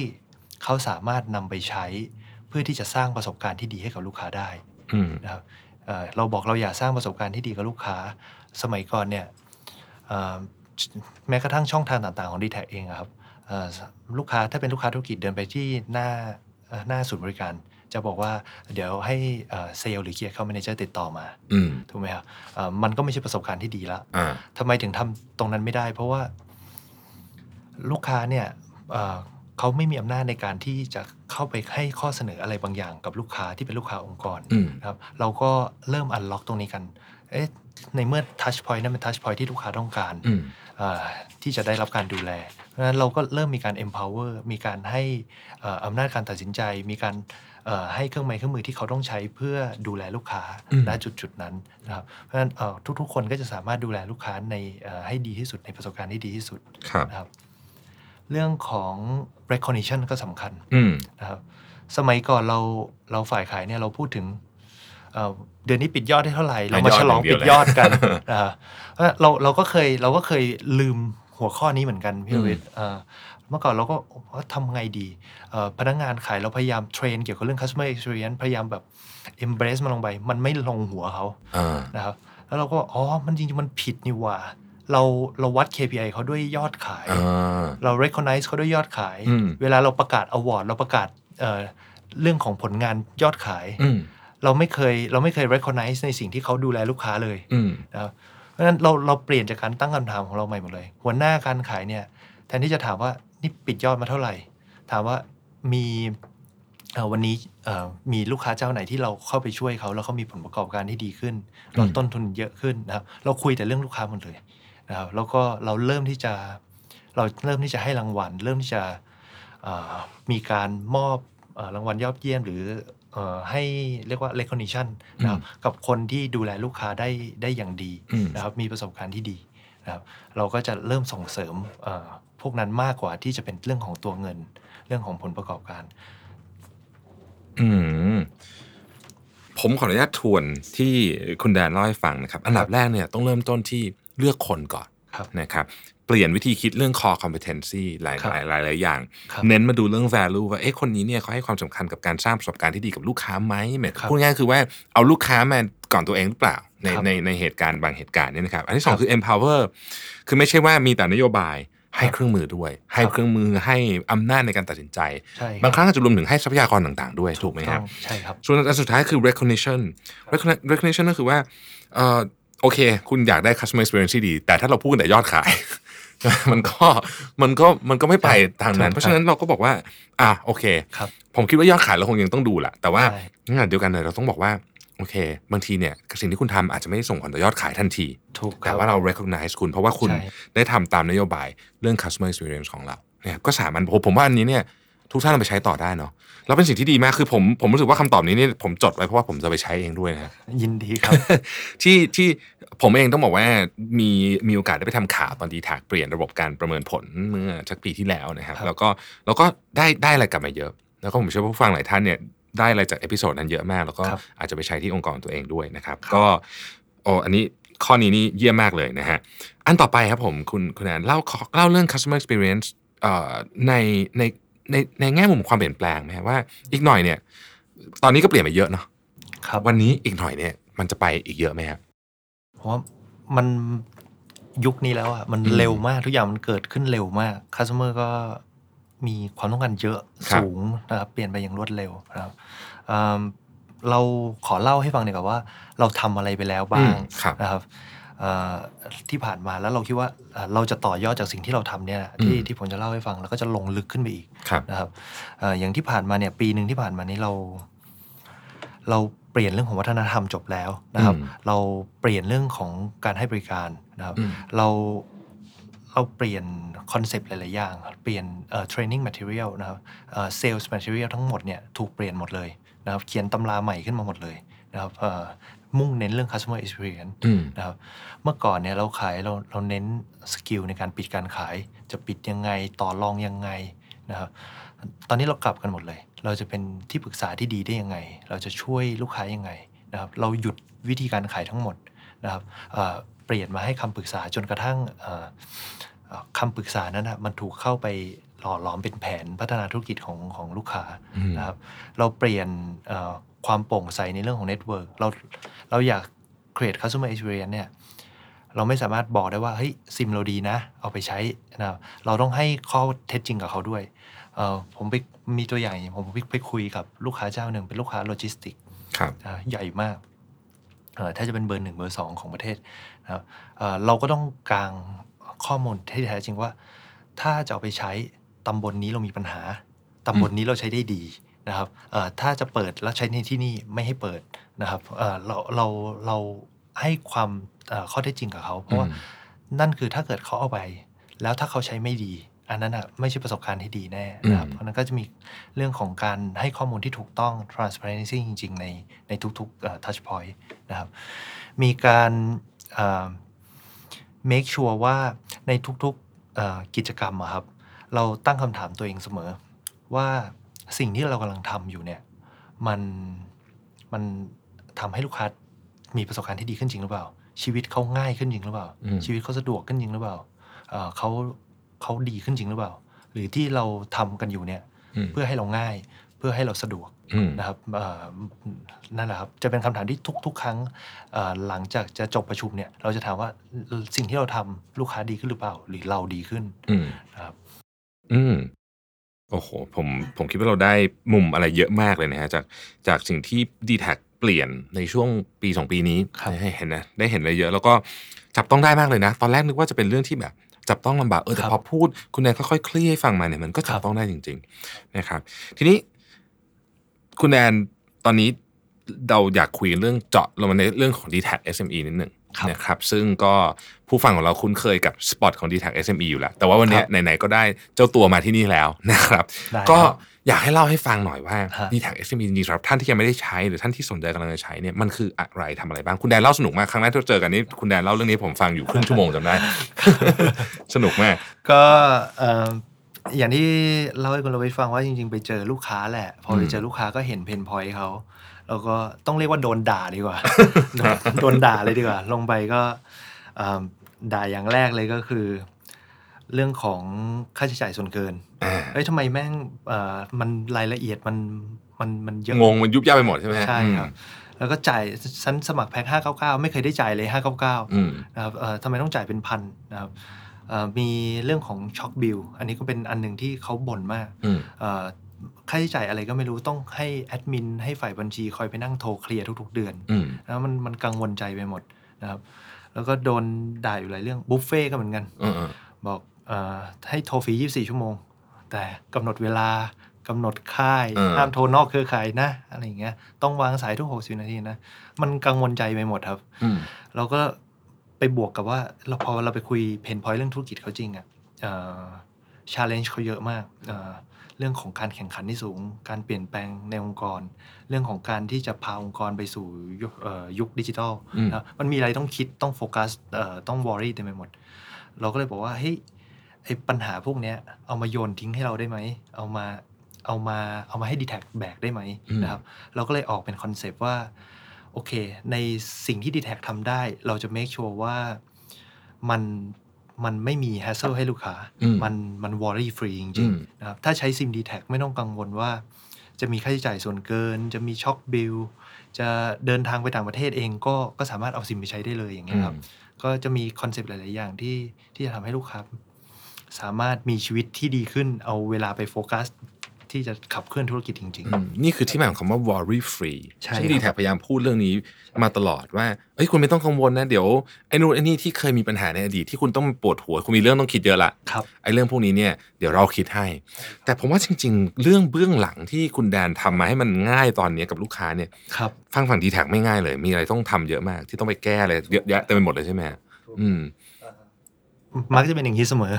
[SPEAKER 3] เขาสามารถนำไปใช้เพื่อที่จะสร้างประสบการณ์ที่ดีให้กับลูกค้าได้
[SPEAKER 2] อืม
[SPEAKER 3] นะครับเอ่อเราบอกเราอยากสร้างประสบการณ์ที่ดีกับลูกค้าสมัยก่อนเนี่ยเอ่อแม้กระทั่งช่องทางต่างๆของ d t แทเองอะครับเอ่อลูกค้าถ้าเป็นลูกค้าธุรกิจเดินไปที่หน้าเอ่อหน้าศูนย์บริการ จะบอกว่าเดี๋ยวให้เซลล์หรือเคียร์เข้ามาในเจอติดต่อมา
[SPEAKER 2] อืม
[SPEAKER 3] ถูกไหมครับเอ่อมันก็ไม่ใช่ประสบการณ์ที่ดีละ
[SPEAKER 2] อ่า
[SPEAKER 3] ทำไมถึงทำตรงนั้นไม่ได้ เพราะว่าลูกค้าเนี่ยเอ่อเขาไม่มีอำนาจในการที่จะเข้าไปให้ข้อเสนออะไรบางอย่างกับลูกค้าที่เป็นลูกค้าองค์กร
[SPEAKER 2] อืม
[SPEAKER 3] นะครับเราก็เริ่มอันล็อกตรงนี้กันเอ๊ะในเมื่อทัชพอยต์นั้นเป็นทัชพอยต์ที่ลูกค้าต้องการ
[SPEAKER 2] อืม
[SPEAKER 3] เอ่อที่จะได้รับการดูแล เพราะฉะนั้นเราก็เริ่มมีการ empower มีการให้เอ่ออำนาจการตัดสินใจ มีการเอ่อให้เครื่องไม้เครื่องมือที่เขาต้องใช้เพื่อดูแลลูกค้า
[SPEAKER 2] อืม
[SPEAKER 3] ณจุดจุดๆนั้นนะครับ เพราะฉะนั้นเอ่อทุกๆ คนก็จะสามารถดูแลลูกค้าในเอ่อให้ดีที่สุดในประสบการณ์ที่ดีที่สุด
[SPEAKER 2] ครับ
[SPEAKER 3] นะครับ เรื่องของ recognition ก็สำคัญ
[SPEAKER 2] อืม
[SPEAKER 3] นะครับ สมัยก่อนเราเราฝ่ายขายเนี่ยเราพูดถึงเอ่อเดือนนี้ปิดยอดได้เท่าไหร่ เรามาฉลองปิดยอดกัน นะฮะเพราะเราเราก็เคยเราก็เคยลืมหัวข้อนี้เหมือนกันพี่
[SPEAKER 2] อืม
[SPEAKER 3] วิทย์เอ่อเมื่อก่อนเราก็ว่าทำไงดีเอ่อพนักงานขายเราพยายามเทรนเกี่ยวกับเรื่อง customer experience พยายามแบบ embrace มันลงไป มันไม่ลงหัวเขา
[SPEAKER 2] อ่า
[SPEAKER 3] นะครับแล้วเราก็บอกอ๋อ มันจริงๆ มันผิดนี่หว่า เราเราวัด KPI เขาด้วยยอดขาย
[SPEAKER 2] อ่า
[SPEAKER 3] เรา recognize เขาด้วยยอดขาย
[SPEAKER 2] อืม
[SPEAKER 3] เวลาเราประกาศ award เราประกาศเอ่อเรื่องของผลงานยอดขาย
[SPEAKER 2] อืม
[SPEAKER 3] เราไม่เคยเราไม่เคย recognize ในสิ่งที่เขาดูแลลูกค้าเลย
[SPEAKER 2] อืม
[SPEAKER 3] นะครับเพราะฉะนั้นเราเราเปลี่ยนจากการตั้งคำถามของเราใหม่หมดเลย หัวหน้าการขายเนี่ยแทนที่จะถามว่านี่ปิดยอดมาเท่าไหร่ ถามว่ามีเอ่อวันนี้เอ่อมีลูกค้าเจ้าไหนที่เราเข้าไปช่วยเขาแล้วเขามีผลประกอบการที่ดีขึ้นลดต้นทุนเยอะขึ้นนะครับเราคุยแต่เรื่องลูกค้าหมดเลยนะครับแล้วก็เราเริ่มที่จะเราเริ่มที่จะให้รางวัล เริ่มที่จะเอ่อมีการมอบเอ่อรางวัลยอดเยี่ยม หรือเอ่อให้เรียกว่า recognition นะครับกับคนที่ดูแลลูกค้าได้ได้อย่างดี
[SPEAKER 2] อืม
[SPEAKER 3] นะครับมีประสบการณ์ที่ดีนะครับเราก็จะเริ่มส่งเสริมเอ่อพวกนั้นมากกว่าที่จะเป็นเรื่องของตัวเงิน เรื่องของผลประกอบการ
[SPEAKER 2] อืม ผมขออนุญาตทวนที่คุณแดนเล่าให้ฟังนะครับ อันดับแรกเนี่ยต้องเริ่มต้นที่เลือกคนก่อน
[SPEAKER 3] ครับ
[SPEAKER 2] นะครับ เปลี่ยนวิธีคิดเรื่อง core competency หลาย
[SPEAKER 3] ครับ
[SPEAKER 2] หลายหลายหลายอย่าง
[SPEAKER 3] ครับ
[SPEAKER 2] เน้นมาดูเรื่อง value ว่าเอ๊ะคนนี้เนี่ยเขาให้ความสำคัญกับการสร้างประสบการณ์ที่ดีกับลูกค้าไหมหมาย
[SPEAKER 3] ครับ
[SPEAKER 2] พูดง่ายๆคือว่าเอาลูกค้ามาก่อนตัวเองหรือเปล่าใน
[SPEAKER 3] ครับ
[SPEAKER 2] ในในเหตุการณ์บางเหตุการณ์เนี่ยนะครับ อันที่สอง
[SPEAKER 3] ครับ
[SPEAKER 2] คือ empower คือไม่ใช่ว่ามีแต่นโยบายให้
[SPEAKER 3] ครับ
[SPEAKER 2] เครื่องมือด้วย ให้
[SPEAKER 3] ครับ
[SPEAKER 2] เครื่องมือให้อำนาจในการตัดสินใจ
[SPEAKER 3] ใช่
[SPEAKER 2] บางครั้งอาจจะรวมถึงให้ทรัพยากรต่างๆด้วยถูกไหมครับ
[SPEAKER 3] ใช่ครับ
[SPEAKER 2] ส่วนอันสุดท้ายคือ recognition Recogni- recognition ก็คือว่าเอ่อโอเค คุณอยากได้ customer experience ที่ดี แต่ถ้าเราพูดกันแต่ยอดขาย มันก็มันก็มันก็ไม่ไปทางนั้น เพราะฉะนั้นเราก็บอกว่า อ่ะโอเค
[SPEAKER 3] ครับ
[SPEAKER 2] ผมคิดว่ายอดขายเราคงยังต้องดูแหละแต่ว่า
[SPEAKER 3] ใช่
[SPEAKER 2] ในขณะเดียวกันเนี่ยเราต้องบอกว่า โอเค บางทีเนี่ยสิ่งที่คุณทำอาจจะไม่ได้ส่งผลต่อยอดขายทันที
[SPEAKER 3] ถูกค
[SPEAKER 2] แต่
[SPEAKER 3] รับ
[SPEAKER 2] ว่าเรา recognize คุณ เพราะว่าคุณ
[SPEAKER 3] ใช่
[SPEAKER 2] ได้ทำตามนโยบายเรื่อง customer experience ของเราเนี่ยก็สามารถผมผมว่าอันนี้เนี่ยทุกท่านเอาไปใช้ต่อได้เนาะแล้วเป็นสิ่งที่ดีมากคือผมผมรู้สึกว่าคำตอบนี้เนี่ยผมจดไว้เพราะว่าผมจะไปใช้เองด้วยนะครับ
[SPEAKER 3] ยินดีครับ
[SPEAKER 2] ที่ที่ผมเองต้องบอกว่ามีมีโอกาสได้ไปทำข่าวตอนดีแท็กเปลี่ยนระบบการประเมินผลเมื่อชักปีที่แล้วนะครับ
[SPEAKER 3] ครับ
[SPEAKER 2] แล้วก็แล้วก็ได้ได้อะไรกลับมาเยอะ แล้วก็ผมเชื่อว่าผู้ฟังหลายท่านเนี่ยได้อะไรจากเอพิโซดนั้นเยอะมาก แล้วก็
[SPEAKER 3] ครับ
[SPEAKER 2] อาจจะไปใช้ที่องค์กรตัวเองด้วยนะครับก็โอ้อันนี้ข้อนี้นี่เยี่ยมมากเลยนะฮะอันต่อไปครับผมคุณคุณแอนเล่าเล่าเรื่อง customer experience เอ่อในในในในแง่มุมความเปลี่ยนแปลงไหมฮะว่าอีกหน่อยเนี่ยตอนนี้ก็เปลี่ยนไปเยอะเนาะ
[SPEAKER 3] ครับ
[SPEAKER 2] วันนี้อีกหน่อยเนี่ยมันจะไปอีกเยอะไหมฮะ
[SPEAKER 3] เพราะว่ามันยุคนี้แล้วอ่ะมัน
[SPEAKER 2] อืม
[SPEAKER 3] เร็วมากทุกอย่างมันเกิดขึ้นเร็วมาก คัสเตอร์ก็มีความต้องการเยอะ
[SPEAKER 2] ครับ
[SPEAKER 3] สูงนะครับเปลี่ยนไปอย่างรวดเร็วนะครับเอิ่มเราขอเล่าให้ฟังหน่อยกับว่า เราทำอะไรไปแล้วบ้าง
[SPEAKER 2] อืมครับ
[SPEAKER 3] นะครับ เอ่อที่ผ่านมาแล้วเราคิดว่าเอ่อเราจะต่อยอดจากสิ่งที่เราทำเนี่ย
[SPEAKER 2] อืม
[SPEAKER 3] ที่ที่ผมจะเล่าให้ฟังแล้วก็จะลงลึกขึ้นไปอีก
[SPEAKER 2] ครับ
[SPEAKER 3] นะครับเอ่ออย่างที่ผ่านมาเนี่ยปีหนึ่งที่ผ่านมานี้เรา เราเปลี่ยนเรื่องของวัฒนธรรมจบแล้วนะครับ
[SPEAKER 2] อืม
[SPEAKER 3] เราเปลี่ยนเรื่องของการให้บริการนะครับ
[SPEAKER 2] อืม
[SPEAKER 3] เราเราเปลี่ยนคอนเซปต์หลาย ๆ อย่าง เปลี่ยนเทรนนิ่งแมทเทียลนะครับเซลส์แมทเทียลทั้งหมดเนี่ยถูกเปลี่ยนหมดเลยนะครับเขียนตำราใหม่ขึ้นมาหมดเลยนะครับเอ่อมุ่งเน้นเรื่อง customer experience
[SPEAKER 2] อืม
[SPEAKER 3] นะครับเมื่อก่อนเนี่ยเราขายเราเราเน้นสกิลในการปิดการขาย จะปิดยังไงต่อรองยังไงนะครับตอนนี้เรากลับกันหมดเลย เราจะเป็นที่ปรึกษาที่ดีได้ยังไง เราจะช่วยลูกค้ายังไงนะครับเราหยุดวิธีการขายทั้งหมดนะครับเอ่อเปลี่ยนมาให้คำปรึกษาจนกระทั่งเอ่อเอ่อคำปรึกษานั้นนะมันถูกเข้าไปหล่อหลอมเป็นแผนพัฒนาธุรกิจของของลูกค้า
[SPEAKER 2] อืม
[SPEAKER 3] นะครับเราเปลี่ยนเอ่อความโปร่งใสในเรื่องของเน็ตเวิร์กเราเราอยาก create customer experience เนี่ยเราไม่สามารถบอกได้ว่าเฮ้ยซิมเราดีนะ เอาไปใช้นะครับเราต้องให้ข้อเท็จจริงกับเขาด้วยเอ่อผมไปมีตัวอย่างอย่างผมไปคุยกับลูกค้าเจ้าหนึ่งเป็นลูกค้าโลจิสติก
[SPEAKER 2] ครับ
[SPEAKER 3] นะใหญ่มากเอ่อถ้าจะเป็นเบอร์หนึ่งเบอร์สองของประเทศนะครับเอ่อเราก็ต้องกางข้อมูลที่แท้จริงว่า ถ้าจะเอาไปใช้ตำบลนี้เรามีปัญหาตำบลนี้เราใช้ได้ดีนะครับเอ่อถ้าจะเปิดแล้วใช้ในที่นี่ไม่ให้เปิดนะครับเอ่อเราเราเราให้ความเอ่อข้อเท็จจริงกับเขาเพราะว่า
[SPEAKER 2] อืม
[SPEAKER 3] นั่นคือถ้าเกิดเขาเอาไป แล้วถ้าเขาใช้ไม่ดี อันนั้นอ่ะไม่ใช่ประสบการณ์ที่ดีแน่นะครับ
[SPEAKER 2] อืม
[SPEAKER 3] เพราะฉะนั้นก็จะมีเรื่องของการให้ข้อมูลที่ถูกต้อง transparency จริง ๆ ในในทุกๆเอ่อ touch point นะครับ มีการเอ่อ make sure ว่าในทุกๆเอ่อกิจกรรมอะครับ เราตั้งคำถามตัวเองเสมอ ว่าสิ่งที่เรากำลังทำอยู่เนี่ย มันมันทำให้ลูกค้ามีประสบการณ์ที่ดีขึ้นจริงหรือเปล่า ชีวิตเขาง่ายขึ้นจริงหรือเปล่า
[SPEAKER 2] อืม
[SPEAKER 3] ชีวิตเขาสะดวกขึ้นจริงหรือเปล่าเอ่อเขาเขาดีขึ้นจริงหรือเปล่า หรือที่เราทำกันอยู่เนี่ย
[SPEAKER 2] อืม
[SPEAKER 3] เพื่อให้เราง่าย เพื่อให้เราสะดวก
[SPEAKER 2] อืม
[SPEAKER 3] นะครับเอ่อนั่นแหละครับ จะเป็นคำถามที่ทุก ๆ ครั้งเอ่อหลังจากจะจบประชุมเนี่ย เราจะถามว่าสิ่งที่เราทำลูกค้าดีขึ้นหรือเปล่า หรือเราดีขึ้น
[SPEAKER 2] อืม
[SPEAKER 3] นะครับ
[SPEAKER 2] อืม โอ้โห ผม ผมคิดว่าเราได้มุมอะไรเยอะมากเลยนะฮะ จาก จากสิ่งที่ d t แทเปลี่ยนในช่วงปีสองปีนี้
[SPEAKER 3] ครับ
[SPEAKER 2] ได้เห็นนะ ได้เห็นอะไรเยอะ แล้วก็จับต้องได้มากเลยนะ ตอนแรกนึกว่าจะเป็นเรื่องที่แบบ จับต้องลำบาก เออ แต่พอพูด คุณแอนค่อยๆ เคลี่ยให้ฟังมาเนี่ย มันก็จับต้องได้จริง ๆ นะครับ ทีนี้ คุณแอนตอนนี้เราอยากคุยเรื่องเจาะลงมาในเรื่องของ d t แท SME นิดหนึ่ง
[SPEAKER 3] ครับ
[SPEAKER 2] นะครับ ซึ่งก็ผู้ฟังของเราคุ้นเคยกับสปอตของ d t แท SME อยู่แล้ว แต่ว่าวันเนี้ยไหนๆก็ได้เจ้าตัวมาที่นี่แล้ว นะครับ
[SPEAKER 3] ได้ครับ
[SPEAKER 2] ก็อยากให้เล่าให้ฟังหน่อยว่า
[SPEAKER 3] ฮะ
[SPEAKER 2] ดีแท็ก SME จริงๆสำหรับท่านที่ยังไม่ได้ใช้หรือท่านที่สนใจกำลังจะใช้เนี่ยมันคืออะไรทำอะไรบ้าง คุณแดนเล่าสนุกมากครั้งแรกที่เราเจอกันนี่คุณแดนเล่าเรื่องนี้ผมฟังอยู่ครึ่งชั่วโมงจำได้ สนุกมาก
[SPEAKER 3] ก็เอ่ออย่างที่เล่าให้คุณรวิทย์ฟังว่าจริง ๆ ไปเจอลูกค้าแหละ พอไป
[SPEAKER 2] อืม
[SPEAKER 3] เจอลูกค้าก็เห็นเพนพอยต์เขาแล้วก็ต้องเรียกว่าโดนด่าดีกว่า โดนโดนด่าเลยดีกว่า ลงไปก็เอ่อด่าอย่างแรกเลยก็คือ เรื่องของค่าใช้จ่ายส่วนเกิน
[SPEAKER 2] อ่า
[SPEAKER 3] เอ้ยทำไมแม่งเอ่อมันรายละเอียดมันมันมันเยอะ
[SPEAKER 2] งงมันยุบย่าไปหมดใช่ไหมฮะ
[SPEAKER 3] ใช่ครับ แล้วก็จ่ายฉันสมัครแพ็ค599 ไม่เคยได้จ่ายเลย 599
[SPEAKER 2] อืม
[SPEAKER 3] นะครับเอ่อทำไมต้องจ่ายเป็นพันนะครับเอ่อมีเรื่องของช็อคบิล อันนี้ก็เป็นอันหนึ่งที่เขาบ่นมาก
[SPEAKER 2] อืม
[SPEAKER 3] เอ่อค่าใช้จ่ายอะไรก็ไม่รู้ต้องให้แอดมินให้ฝ่ายบัญชีคอยไปนั่งโทรเคลียร์ทุก ๆ เดือน
[SPEAKER 2] อืม
[SPEAKER 3] แล้วมันมันกังวลใจไปหมดนะครับ แล้วก็โดนด่าอยู่หลายเรื่องบุฟเฟ่ก็เหมือนกัน
[SPEAKER 2] อืมอืม
[SPEAKER 3] บอกเออให้โทรฟรี24 ชั่วโมง แต่กำหนดเวลากำหนดค่าย
[SPEAKER 2] เออ
[SPEAKER 3] ห้ามโทรนอกเครือข่ายนะอะไรอย่างเงี้ยต้องวางสายทุก60นาทีนะมันกังวลใจไปหมดครับ
[SPEAKER 2] อืม
[SPEAKER 3] เราก็ไปบวกกับว่าเราพอเราไปคุยเพนพอยเรื่องธุรกิจเขาจริงอะ่ะชาเลนจ์เขาเยอะมากเอ่อเรื่องของการแข่งขันที่สูง การเปลี่ยนแปลงในองค์กร เรื่องของการที่จะพาองค์กรไปสู่ยุคเอ่อยุคดิจิทัล
[SPEAKER 2] อืม
[SPEAKER 3] นะมันมีอะไรต้องคิดต้องโฟกัสเอ่อต้องวอรี่เต็มไปหมด เราก็เลยบอกว่าเฮ้ยไอ้ปัญหาพวกเนี้ยเอามาโยนทิ้งให้เราได้ไหม เอามาเอามาเอามาให้ดีแท็แบกได้ไหม
[SPEAKER 2] อืม
[SPEAKER 3] นะครับ เราก็เลยออกเป็นคอนเซปต์ว่า โอเค ในสิ่งที่ d t แททำได้ เราจะ make sure ว่ามันมันไม่มี hassle ให้ลูกค้า
[SPEAKER 2] อืม
[SPEAKER 3] มันมัน worry free จ
[SPEAKER 2] อื
[SPEAKER 3] ริง
[SPEAKER 2] ม
[SPEAKER 3] ๆนะครับถ้าใช้ SIM d t แทไม่ต้องกังวลว่า จะมีค่าใช้จ่ายส่วนเกิน จะมีช็อคบิลจะเดินทางไปต่างประเทศเองก็ก็สามารถเอาซิมไปใช้ได้เลยอย่างเงี้ยครับ ก็จะมีคอนเซปต์หลาย ๆ อย่างที่ที่จะทำให้ลูกค้าสามารถมีชีวิตที่ดีขึ้น เอาเวลาไปโฟกัส ที่จะขับเคลื่อนธุรกิจจริง
[SPEAKER 2] อืมนี่คือที่มาของคำว่า worry free
[SPEAKER 3] ใช่
[SPEAKER 2] ซึ่ง
[SPEAKER 3] ครับ
[SPEAKER 2] ดีแท็พยายามพูดเรื่องนี้มาตลอดว่าเอ้ยคุณไม่ต้องกังวลนะเดี๋ยวไอ้นู่นไอ้นี่ที่เคยมีปัญหาในอดีตที่คุณต้องปวดหัวคุณมีเรื่องต้องคิดเยอะละ
[SPEAKER 3] ๆ ครับ
[SPEAKER 2] ไอ้เรื่องพวกนี้เนี่ยเดี๋ยวเราคิดให้ แต่ผมว่าจริง ๆ เรื่องเบื้องหลังที่คุณแดนทำมาให้มันง่ายตอนนี้กับลูกค้าเนี่ย
[SPEAKER 3] ครับ
[SPEAKER 2] ฟังฝั่งดีแท็ไม่ง่ายเลย มีอะไรต้องทำเยอะมาก ที่ต้องไปแก้อะไรเยอะแยะเต็มไปหมดเลยใช่ไหมฮะอืม
[SPEAKER 3] มักจะเป็นอย่างนี้เสมอ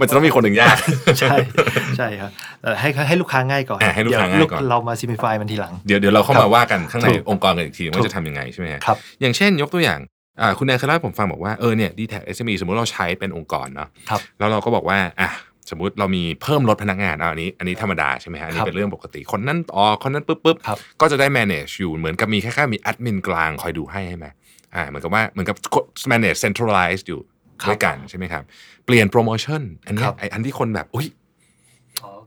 [SPEAKER 2] มันจะต้องมีคนหนึ่งยาก
[SPEAKER 3] ใช่ใช่ครับเอ่อให้ให้ลูกค้าง่ายก่อน
[SPEAKER 2] อ่ะให้ลูกค้าง่ายก่อน
[SPEAKER 3] เดี๋วเรามาซิมิฟายมันทีหลัง
[SPEAKER 2] เดี๋ยวเดี๋ยวเราเข้า
[SPEAKER 3] ครั
[SPEAKER 2] มา
[SPEAKER 3] บ
[SPEAKER 2] ว่ากันข้างใน
[SPEAKER 3] ถูก
[SPEAKER 2] องค์กรกันอีกที
[SPEAKER 3] ถู
[SPEAKER 2] ว่าก จะทำยังไงใช่ไหมฮะ
[SPEAKER 3] ครับ
[SPEAKER 2] อย่างเช่นยกตัวอย่างอ่าคุณแอนเคยเล่าให้ผมฟังบอกว่าเออเนี่ยดีแท็กเอสสมมติเราใช้เป็นองค์กรเนาะ
[SPEAKER 3] ครับ
[SPEAKER 2] แล้วเราก็บอกว่าอ่ะสมมติเรามีเพิ่มลดพนักงานอ่ะอันนี้ อันนี้ธรรมดาใช่ไหมฮะอัน
[SPEAKER 3] ครั
[SPEAKER 2] นี้
[SPEAKER 3] บ
[SPEAKER 2] เป็นเรื่องปกติคนนั้นอ๋อคนนั้นปุ๊บปุ๊บ
[SPEAKER 3] ครับ
[SPEAKER 2] ก็จะได้ manage อยู่เหมือนกับมีแค่แค่มีแอดมินกลางคอยดูให้ใช่ไหมอ่าเหมือนกับว่าเหมือนกับ manage centralize อยู่
[SPEAKER 3] ครับ
[SPEAKER 2] ด้วยกันใช่ไหมครับเปลี่ยนโปรโมชั่นอันเนี้ย
[SPEAKER 3] ครับ
[SPEAKER 2] ไออันที่คนแบบอุ้ย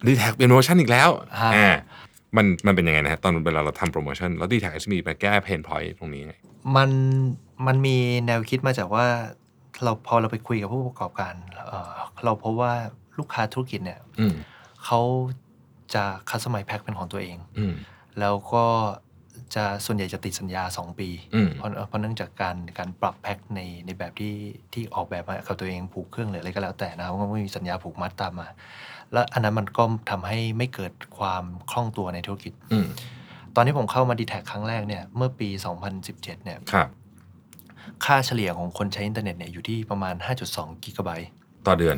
[SPEAKER 2] ดีแท็กเปลี่ยนโปรโมชั่นอีกแล้ว
[SPEAKER 3] อ่า
[SPEAKER 2] มันมันเป็นยังไงนะฮะตอนเวลาเราทำโปรโมชั่นแล้วดีแท็กเอสมีไปแก้เพนพอยตรงนี้ยังไง
[SPEAKER 3] มันมันมีแนวคิดมาจากว่าเราพอเราไปคุยกับผู้ประกอบการเอ่อเราพบว่าลูกค้าธุรกิจเนี่ย
[SPEAKER 2] อืม
[SPEAKER 3] เขาจะคัสตอมไมแพ็คเป็นของตัวเอง
[SPEAKER 2] อืม
[SPEAKER 3] แล้วก็จะส่วนใหญ่จะติดสัญญา 2 ปี
[SPEAKER 2] อืม
[SPEAKER 3] เพราะเพราะเนื่องจากการการปรับแพ็คในในแบบที่ที่ออกแบบมากับตัวเองผูกเครื่องหรืออะไรก็แล้วแต่นะครับก็ไม่มีสัญญาผูกมัดตามมา และอันนั้นมันก็ทำให้ไม่เกิดความคล่องตัวในธุรกิจ
[SPEAKER 2] อืม
[SPEAKER 3] ตอนที่ผมเข้ามาดีแท็ครั้งแรกเนี่ยเมื่อปี 2017เนี่ย
[SPEAKER 2] ครับ
[SPEAKER 3] ค่าเฉลี่ยของคนใช้อินเทอร์เน็ตเนี่ยอยู่ที่ประมาณ 5.2 กิกะไบต์
[SPEAKER 2] ต่อเดือน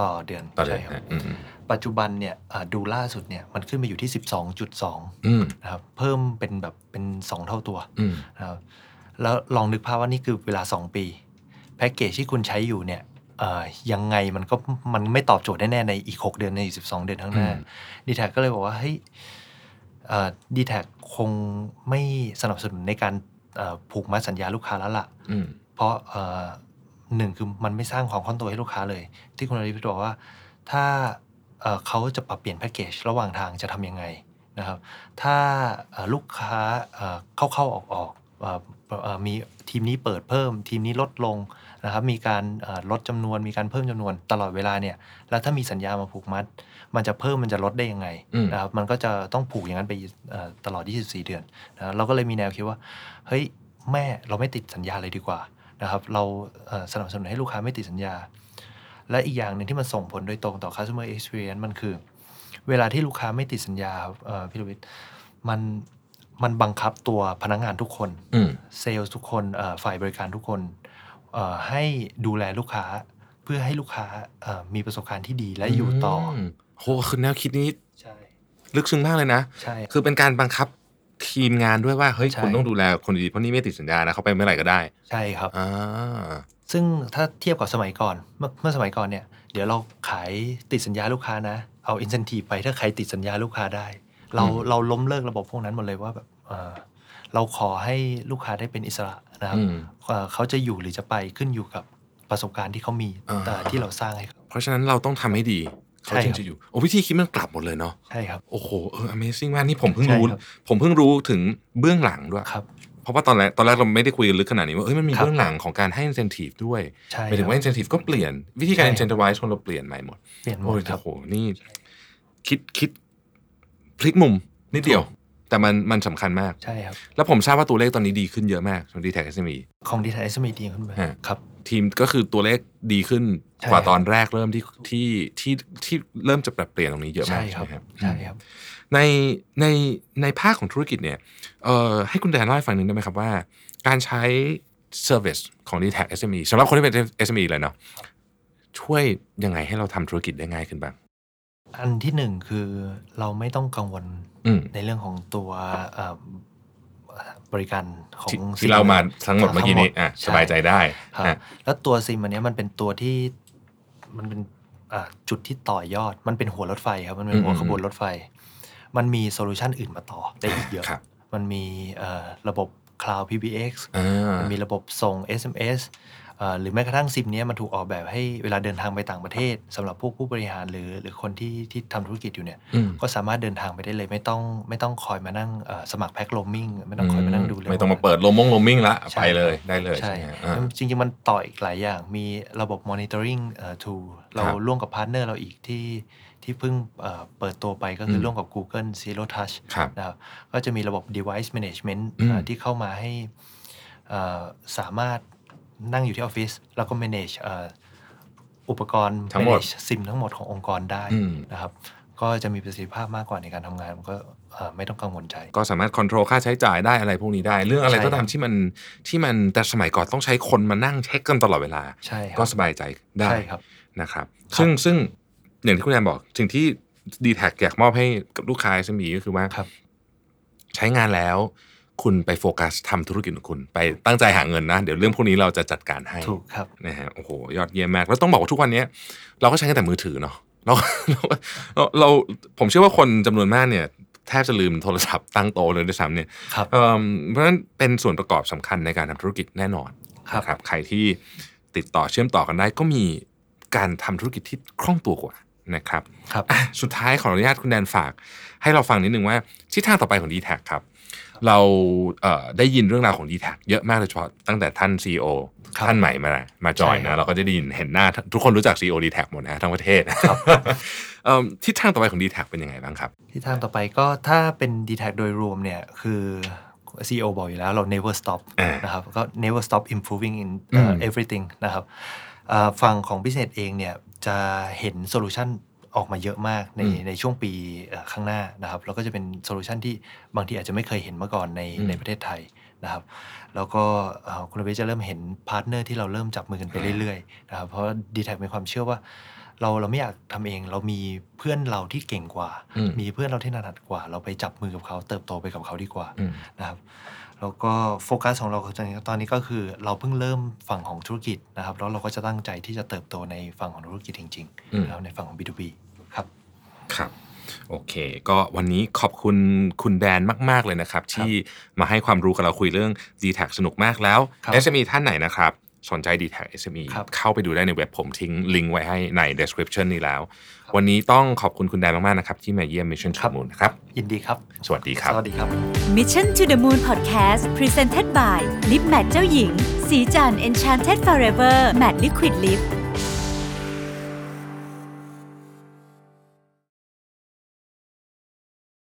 [SPEAKER 3] ต่อเดือน
[SPEAKER 2] ต่อเดือน
[SPEAKER 3] ใช่ครับ
[SPEAKER 2] นะอืม
[SPEAKER 3] ปัจจุบันเนี่ยอ่าดูล่าสุดเนี่ยมันขึ้นไปอยู่ที่ 12.2
[SPEAKER 2] อืม
[SPEAKER 3] นะครับเพิ่มเป็นแบบเป็น 2 เท่าตัว
[SPEAKER 2] อืม
[SPEAKER 3] นะครับแล้วลองนึกภาพว่านี่คือเวลา 2 ปีแพ็กเกจที่คุณใช้อยู่เนี่ยเอ่อยังไงมันก็มันไม่ตอบโจทย์แน่ๆในอีก 6 เดือนในอีก12 เดือนข้างหน้าดีแท็ก็เลยบอกว่าเฮ้ยดีแท็คงไม่สนับสนุนในการเอ่อผูกมัดสัญญาลูกค้าแล้วล่ะ
[SPEAKER 2] อืม
[SPEAKER 3] เพราะเอ่อหนึ่งคือมันไม่สร้างความคล่องตัวให้ลูกค้าเลย ที่คุณอริพิทบอกว่าถ้าเอ่อเขาจะปรับเปลี่ยนแพ็กเกจระหว่างทางจะทำยังไงนะครับ ถ้าเอ่อลูกค้าเอ่อเข้าๆออกๆเอ่อเอ่อมีทีมนี้เปิดเพิ่ม ทีมนี้ลดลงนะครับ มีการเอ่อลดจำนวน มีการเพิ่มจำนวนตลอดเวลาเนี่ยแล้วถ้ามีสัญญามาผูกมัด มันจะเพิ่มมันจะลดได้ยังไง
[SPEAKER 2] อืม
[SPEAKER 3] นะครับมันก็จะต้องผูกอย่างนั้นไปเอ่อตลอด 24 เดือนนะเราก็เลยมีแนวคิดว่า เฮ้ย แม่เราไม่ติดสัญญาเลยดีกว่านะครับเราเอ่อสนับสนุนให้ลูกค้าไม่ติดสัญญา และอีกอย่างหนึ่งที่มันส่งผลโดยตรงต่อ customer experience มันคือ เวลาที่ลูกค้าไม่ติดสัญญาครับเอ่อพี่ลวิทย์มันมันบังคับตัวพนักงานทุกคน
[SPEAKER 2] อืม
[SPEAKER 3] เซลล์ทุกคนเอ่อฝ่ายบริการทุกคนเอ่อให้ดูแลลูกค้าเพื่อให้ลูกค้าเอ่อมีประสบการณ์ที่ดีและอยู่ต่ออ
[SPEAKER 2] มโหคือแนวคิดนี้
[SPEAKER 3] ใช่
[SPEAKER 2] ลึกซึ้งมากเลยนะ
[SPEAKER 3] ใช่
[SPEAKER 2] คือเป็นการบังคับทีมงานด้วยว่า เฮ้ย
[SPEAKER 3] ใช่
[SPEAKER 2] คุณต้องดูแลคนดีๆเพราะนี่ไม่ติดสัญญานะเขาไปเมื่อไหร่ก็ได้
[SPEAKER 3] ใช่ครับ
[SPEAKER 2] อ่า
[SPEAKER 3] ซึ่งถ้าเทียบกับสมัยก่อน เมื่อเมื่อสมัยก่อนเนี่ย เดี๋ยวเราขายติดสัญญาลูกค้านะ เอาอินเซนティไปถ้าใครติดสัญญาลูกค้าได้ เราเราล้มเลิกระบบพวกนั้นหมดเลยว่าแบบเอ่อเราขอให้ลูกค้าได้เป็นอิสระนะครับ
[SPEAKER 2] อืม
[SPEAKER 3] เอ่อเขาจะอยู่หรือจะไปขึ้นอยู่กับประสบการณ์ที่เขามี
[SPEAKER 2] อ่า
[SPEAKER 3] แต่ที่เราสร้างให้เขา
[SPEAKER 2] เพราะฉะนั้นเราต้องทำให้ดีเขา
[SPEAKER 3] ใช่
[SPEAKER 2] จึง
[SPEAKER 3] ครับ
[SPEAKER 2] จะอยู่โอ้วิธีคิดมันกลับหมดเลยเนาะ
[SPEAKER 3] ใช่ครับ
[SPEAKER 2] โอ้โหเออ Amazing มากนี่ผมเพิ่งรู้
[SPEAKER 3] ใช่ครับ
[SPEAKER 2] ผมเพิ่งรู้ถึงเบื้องหลังด้วย
[SPEAKER 3] ครับ
[SPEAKER 2] เพราะว่าตอนแรกตอนแรกเราไม่ได้คุยกันลึกขนาดนี้ว่าเอ้ยมันมี
[SPEAKER 3] ครับ
[SPEAKER 2] เบื้องหลังของการให้ incentive ด้วย
[SPEAKER 3] ใช่
[SPEAKER 2] หมายถึงว่า
[SPEAKER 3] ครับ
[SPEAKER 2] incentive ก็เปลี่ยนวิธีการ
[SPEAKER 3] ใช่
[SPEAKER 2] incentivize คนเราเปลี่ยนใหม่หมด
[SPEAKER 3] เปลี่ยนหมด
[SPEAKER 2] โอ้ย
[SPEAKER 3] ครั
[SPEAKER 2] โอ้
[SPEAKER 3] บ
[SPEAKER 2] โหนี่คิดคิดพลิกมุมนิดเดียว แต่มันมันสำคัญมาก
[SPEAKER 3] ใช่ครับ
[SPEAKER 2] แล้วผมทราบว่าตัวเลขตอนนี้ดีขึ้นเยอะมากของดีแท็กเอสมี
[SPEAKER 3] ของดีไทยสมีดีขึ้นไป
[SPEAKER 2] ฮะ
[SPEAKER 3] ครับ
[SPEAKER 2] ทีมก็คือตัวเลขดีขึ้น
[SPEAKER 3] ใช่
[SPEAKER 2] กว่าตอนแรกเริ่มที่ที่ที่ที่เริ่มจะปรับเปลี่ยนตรงนี้เยอะมากใช่
[SPEAKER 3] ใช่
[SPEAKER 2] ไหม
[SPEAKER 3] ค
[SPEAKER 2] ค
[SPEAKER 3] รั
[SPEAKER 2] รับ บ
[SPEAKER 3] ใช่ครับ
[SPEAKER 2] ในในในภาคของธุรกิจเนี่ยเอ่อให้คุณแดนเล่าให้ฟังหนึ่งได้ไหมครับว่า การใช้ Service ของ d t a c SME สำหรับคนที่เป็น SME เลยเนาะช่วยยังไงให้เราทำธุรกิจได้ง่ายขึ้นบ้าง
[SPEAKER 3] อันที่หนึ่งคือเราไม่ต้องกังวล
[SPEAKER 2] อืม
[SPEAKER 3] ในเรื่องของตัวเอ่อบริการของ
[SPEAKER 2] ที่
[SPEAKER 3] ซิ
[SPEAKER 2] ที่เรามาทั้งหมด
[SPEAKER 3] ทั้
[SPEAKER 2] เมื่อกี้นี้อ่ะ
[SPEAKER 3] ช่
[SPEAKER 2] สบายใจได้
[SPEAKER 3] ครับ
[SPEAKER 2] อ่ะ
[SPEAKER 3] แล้วตัวซิมอันเนี้ยมันเป็นตัวที่มันเป็นอ่ะจุดที่ต่อยอด มันเป็นหัวรถไฟครับ มันเป็นหัวขบวนรถไฟ มันมีโซลูชันอื่นมาต่อได้อีกเยอะ
[SPEAKER 2] ครับ
[SPEAKER 3] มันมีเอ่อระบบ Cloud PBX
[SPEAKER 2] อ่า
[SPEAKER 3] มันมีระบบส่ง SMS เอ่อหรือแม้กระทั่งซิมเนี้ยมันถูกออกแบบให้เวลาเดินทางไปต่างประเทศสำหรับพวกผู้บริหารหรือหรือคนที่ที่ทำธุรกิจอยู่เนี่ย
[SPEAKER 2] อืม
[SPEAKER 3] ก็สามารถเดินทางไปได้เลยไม่ต้องไม่ต้องคอยมานั่งเอ่อสมัครแพ็คโรมมิ่งไม่ต้องคอยมานั่งดูเลย
[SPEAKER 2] ไม่ต้องมา
[SPEAKER 3] ว่
[SPEAKER 2] เปิดโลมงโลมิ่งละ
[SPEAKER 3] ใช่
[SPEAKER 2] ไปเลยได้เลย
[SPEAKER 3] ใช่
[SPEAKER 2] ใช่ไหมอ่า
[SPEAKER 3] แล้วจริงๆ มันต่ออีกหลายอย่างมีระบบ monitoring เอ่อ tool เรา
[SPEAKER 2] ครับ
[SPEAKER 3] ร่วมกับพาร์ทเนอร์เราอีกที่ที่ ที่เพิ่งเอ่อเปิดตัวไปก็คืออ
[SPEAKER 2] ม
[SPEAKER 3] ร่วมกับ Google Zero Touch
[SPEAKER 2] ครับ
[SPEAKER 3] นะครับก็จะมีระบบ device management
[SPEAKER 2] อืม
[SPEAKER 3] อ่าที่เข้ามาให้อ่าสามารถนั่งอยู่ที่ออฟฟิศแล้วก็ manage อ่าอุปกรณ์
[SPEAKER 2] ทั้งหมด
[SPEAKER 3] manage ซิมทั้งหมดขององค์กรได้
[SPEAKER 2] อืม
[SPEAKER 3] นะครับก็จะมีประสิทธิภาพมากกว่าในการทำงานมันก็อ่าไม่ต้องกังวลใจ
[SPEAKER 2] ก็สามารถควบคุมค่าใช้จ่ายได้อะไรพวกนี้ได้ เรื่องอะไร
[SPEAKER 3] ใช่
[SPEAKER 2] ก็ตามที่มันที่มันแต่สมัยก่อนต้องใช้คนมานั่งเช็คกันตลอดเวลา
[SPEAKER 3] ใช่ครั
[SPEAKER 2] ก็สบายใจได้
[SPEAKER 3] ใช่ครับ
[SPEAKER 2] นะครับ
[SPEAKER 3] ครับ
[SPEAKER 2] ซึ่งซึ่งอย่างที่คุณแอมบอกสิ่งที่ดีแท็อยากมอบให้กับลูกค้า SME ก็คือว่า
[SPEAKER 3] ครับ
[SPEAKER 2] ใช้งานแล้ว คุณไปโฟกัสทำธุรกิจของคุณ ไปตั้งใจหาเงินนะ เดี๋ยวเรื่องพวกนี้เราจะจัดการให้
[SPEAKER 3] ถูกครับ
[SPEAKER 2] นะฮะโอ้โหยอดเยี่ยมมาก แล้วต้องบอกว่าทุกวันเนี้ยเราก็ใช้กันแต่มือถือเนาะเรา เราเราเราผมเชื่อว่าคนจำนวนมากเนี่ย แทบจะลืมโทรศัพท์ตั้งโต๊ะเลยด้วยซ้ำเนี่ย
[SPEAKER 3] ครับ
[SPEAKER 2] เอิ่มเพราะฉะนั้นเป็นส่วนประกอบสำคัญในการทำธุรกิจแน่นอน
[SPEAKER 3] ครับ
[SPEAKER 2] นะครับใครที่ติดต่อเชื่อมต่อกันได้ก็มีการทำธุรกิจที่คล่องตัวกว่านะครับ
[SPEAKER 3] ครับ
[SPEAKER 2] อ่ะสุดท้ายขออนุญาตคุณแดนฝาก ให้เราฟังนิดนึงว่าทิศทางต่อไปของ d t แทครับ เราเอ่อได้ยินเรื่องราวของ d t แทเยอะมากโดยเฉพาะตั้งแต่ท่าน CEO
[SPEAKER 3] ครับ
[SPEAKER 2] ท่านใหม่มามาจอย
[SPEAKER 3] ใช่ครั
[SPEAKER 2] นะ
[SPEAKER 3] บ
[SPEAKER 2] เราก็จะได้ยินเห็นหน้าทุกคนรู้จัก CEO d t แทหมดนะทั้งประเทศ เอิ่มทิศทางต่อไปของ d t แทเป็นยังไงบ้างครับ
[SPEAKER 3] ที่ทางต่อไปก็ถ้าเป็น d t แทโดยรวมเนี่ย คือ CEO บอกอยู่แล้วเรา never stop
[SPEAKER 2] อ่า
[SPEAKER 3] นะครับ ก็ never stop improving in เอ่ออ
[SPEAKER 2] ม
[SPEAKER 3] everything นะครับอ่าฝั่งของ business เองเนี่ย จะเห็นโซลูชันออกมาเยอะมากใน
[SPEAKER 2] อืม
[SPEAKER 3] ในช่วงปีเอ่อข้างหน้านะครับ แล้วก็จะเป็นโซลูชันที่บางทีอาจจะไม่เคยเห็นมาก่อนใน
[SPEAKER 2] อืม
[SPEAKER 3] ในประเทศไทยนะครับ แล้วก็เอ่อคุณเวชจะเริ่มเห็นพาร์ทเนอร์ที่เราเริ่มจับมือกันไปเรื่อยๆนะครับเพราะดีแท็มีความเชื่อว่า เราเราไม่อยากทำเองเรามีเพื่อนเราที่เก่งกว่า
[SPEAKER 2] อืม
[SPEAKER 3] มีเพื่อนเราที่ถนัดกว่า เราไปจับมือกับเขาเติบโตไปกับเขาดีกว่า
[SPEAKER 2] อืม
[SPEAKER 3] นะครับแล้วก็โฟกัสของเราตอนนี้ก็คือเราเพิ่งเริ่มฝั่งของธุรกิจนะครับแล้วเราก็จะตั้งใจที่จะเติบโตในฝั่งของธุรกิจจริง
[SPEAKER 2] อืม
[SPEAKER 3] ๆแล้วในฝั่งของ B2B ครับ
[SPEAKER 2] ครับ โอเค ก็วันนี้ขอบคุณคุณแดนมาก ๆ เลยนะครับ ที่มาให้ความรู้กับเราคุยเรื่อง d t แทสนุกมากแล้ว
[SPEAKER 3] ครับ
[SPEAKER 2] SME ท่านไหนนะครับ สนใจ d t แท SME
[SPEAKER 3] ครับ
[SPEAKER 2] เข้าไปดูได้ในเว็บผมทิ้งลิงก์ไว้ให้ใน description นี้แล้ว
[SPEAKER 3] ครับ
[SPEAKER 2] วันนี้ต้องขอบคุณคุณแดนมาก ๆ นะครับ ที่มาเยี่ยม Mission to the Moon นะครับ
[SPEAKER 3] ยินดีครับ
[SPEAKER 2] สวัสดีครับ
[SPEAKER 3] สวัสดีครับ
[SPEAKER 1] Mission to the Moon Podcast Presented by Lip Matte เจ้าหญิง สีจัน Enchanted Forever Matte Liquid Lip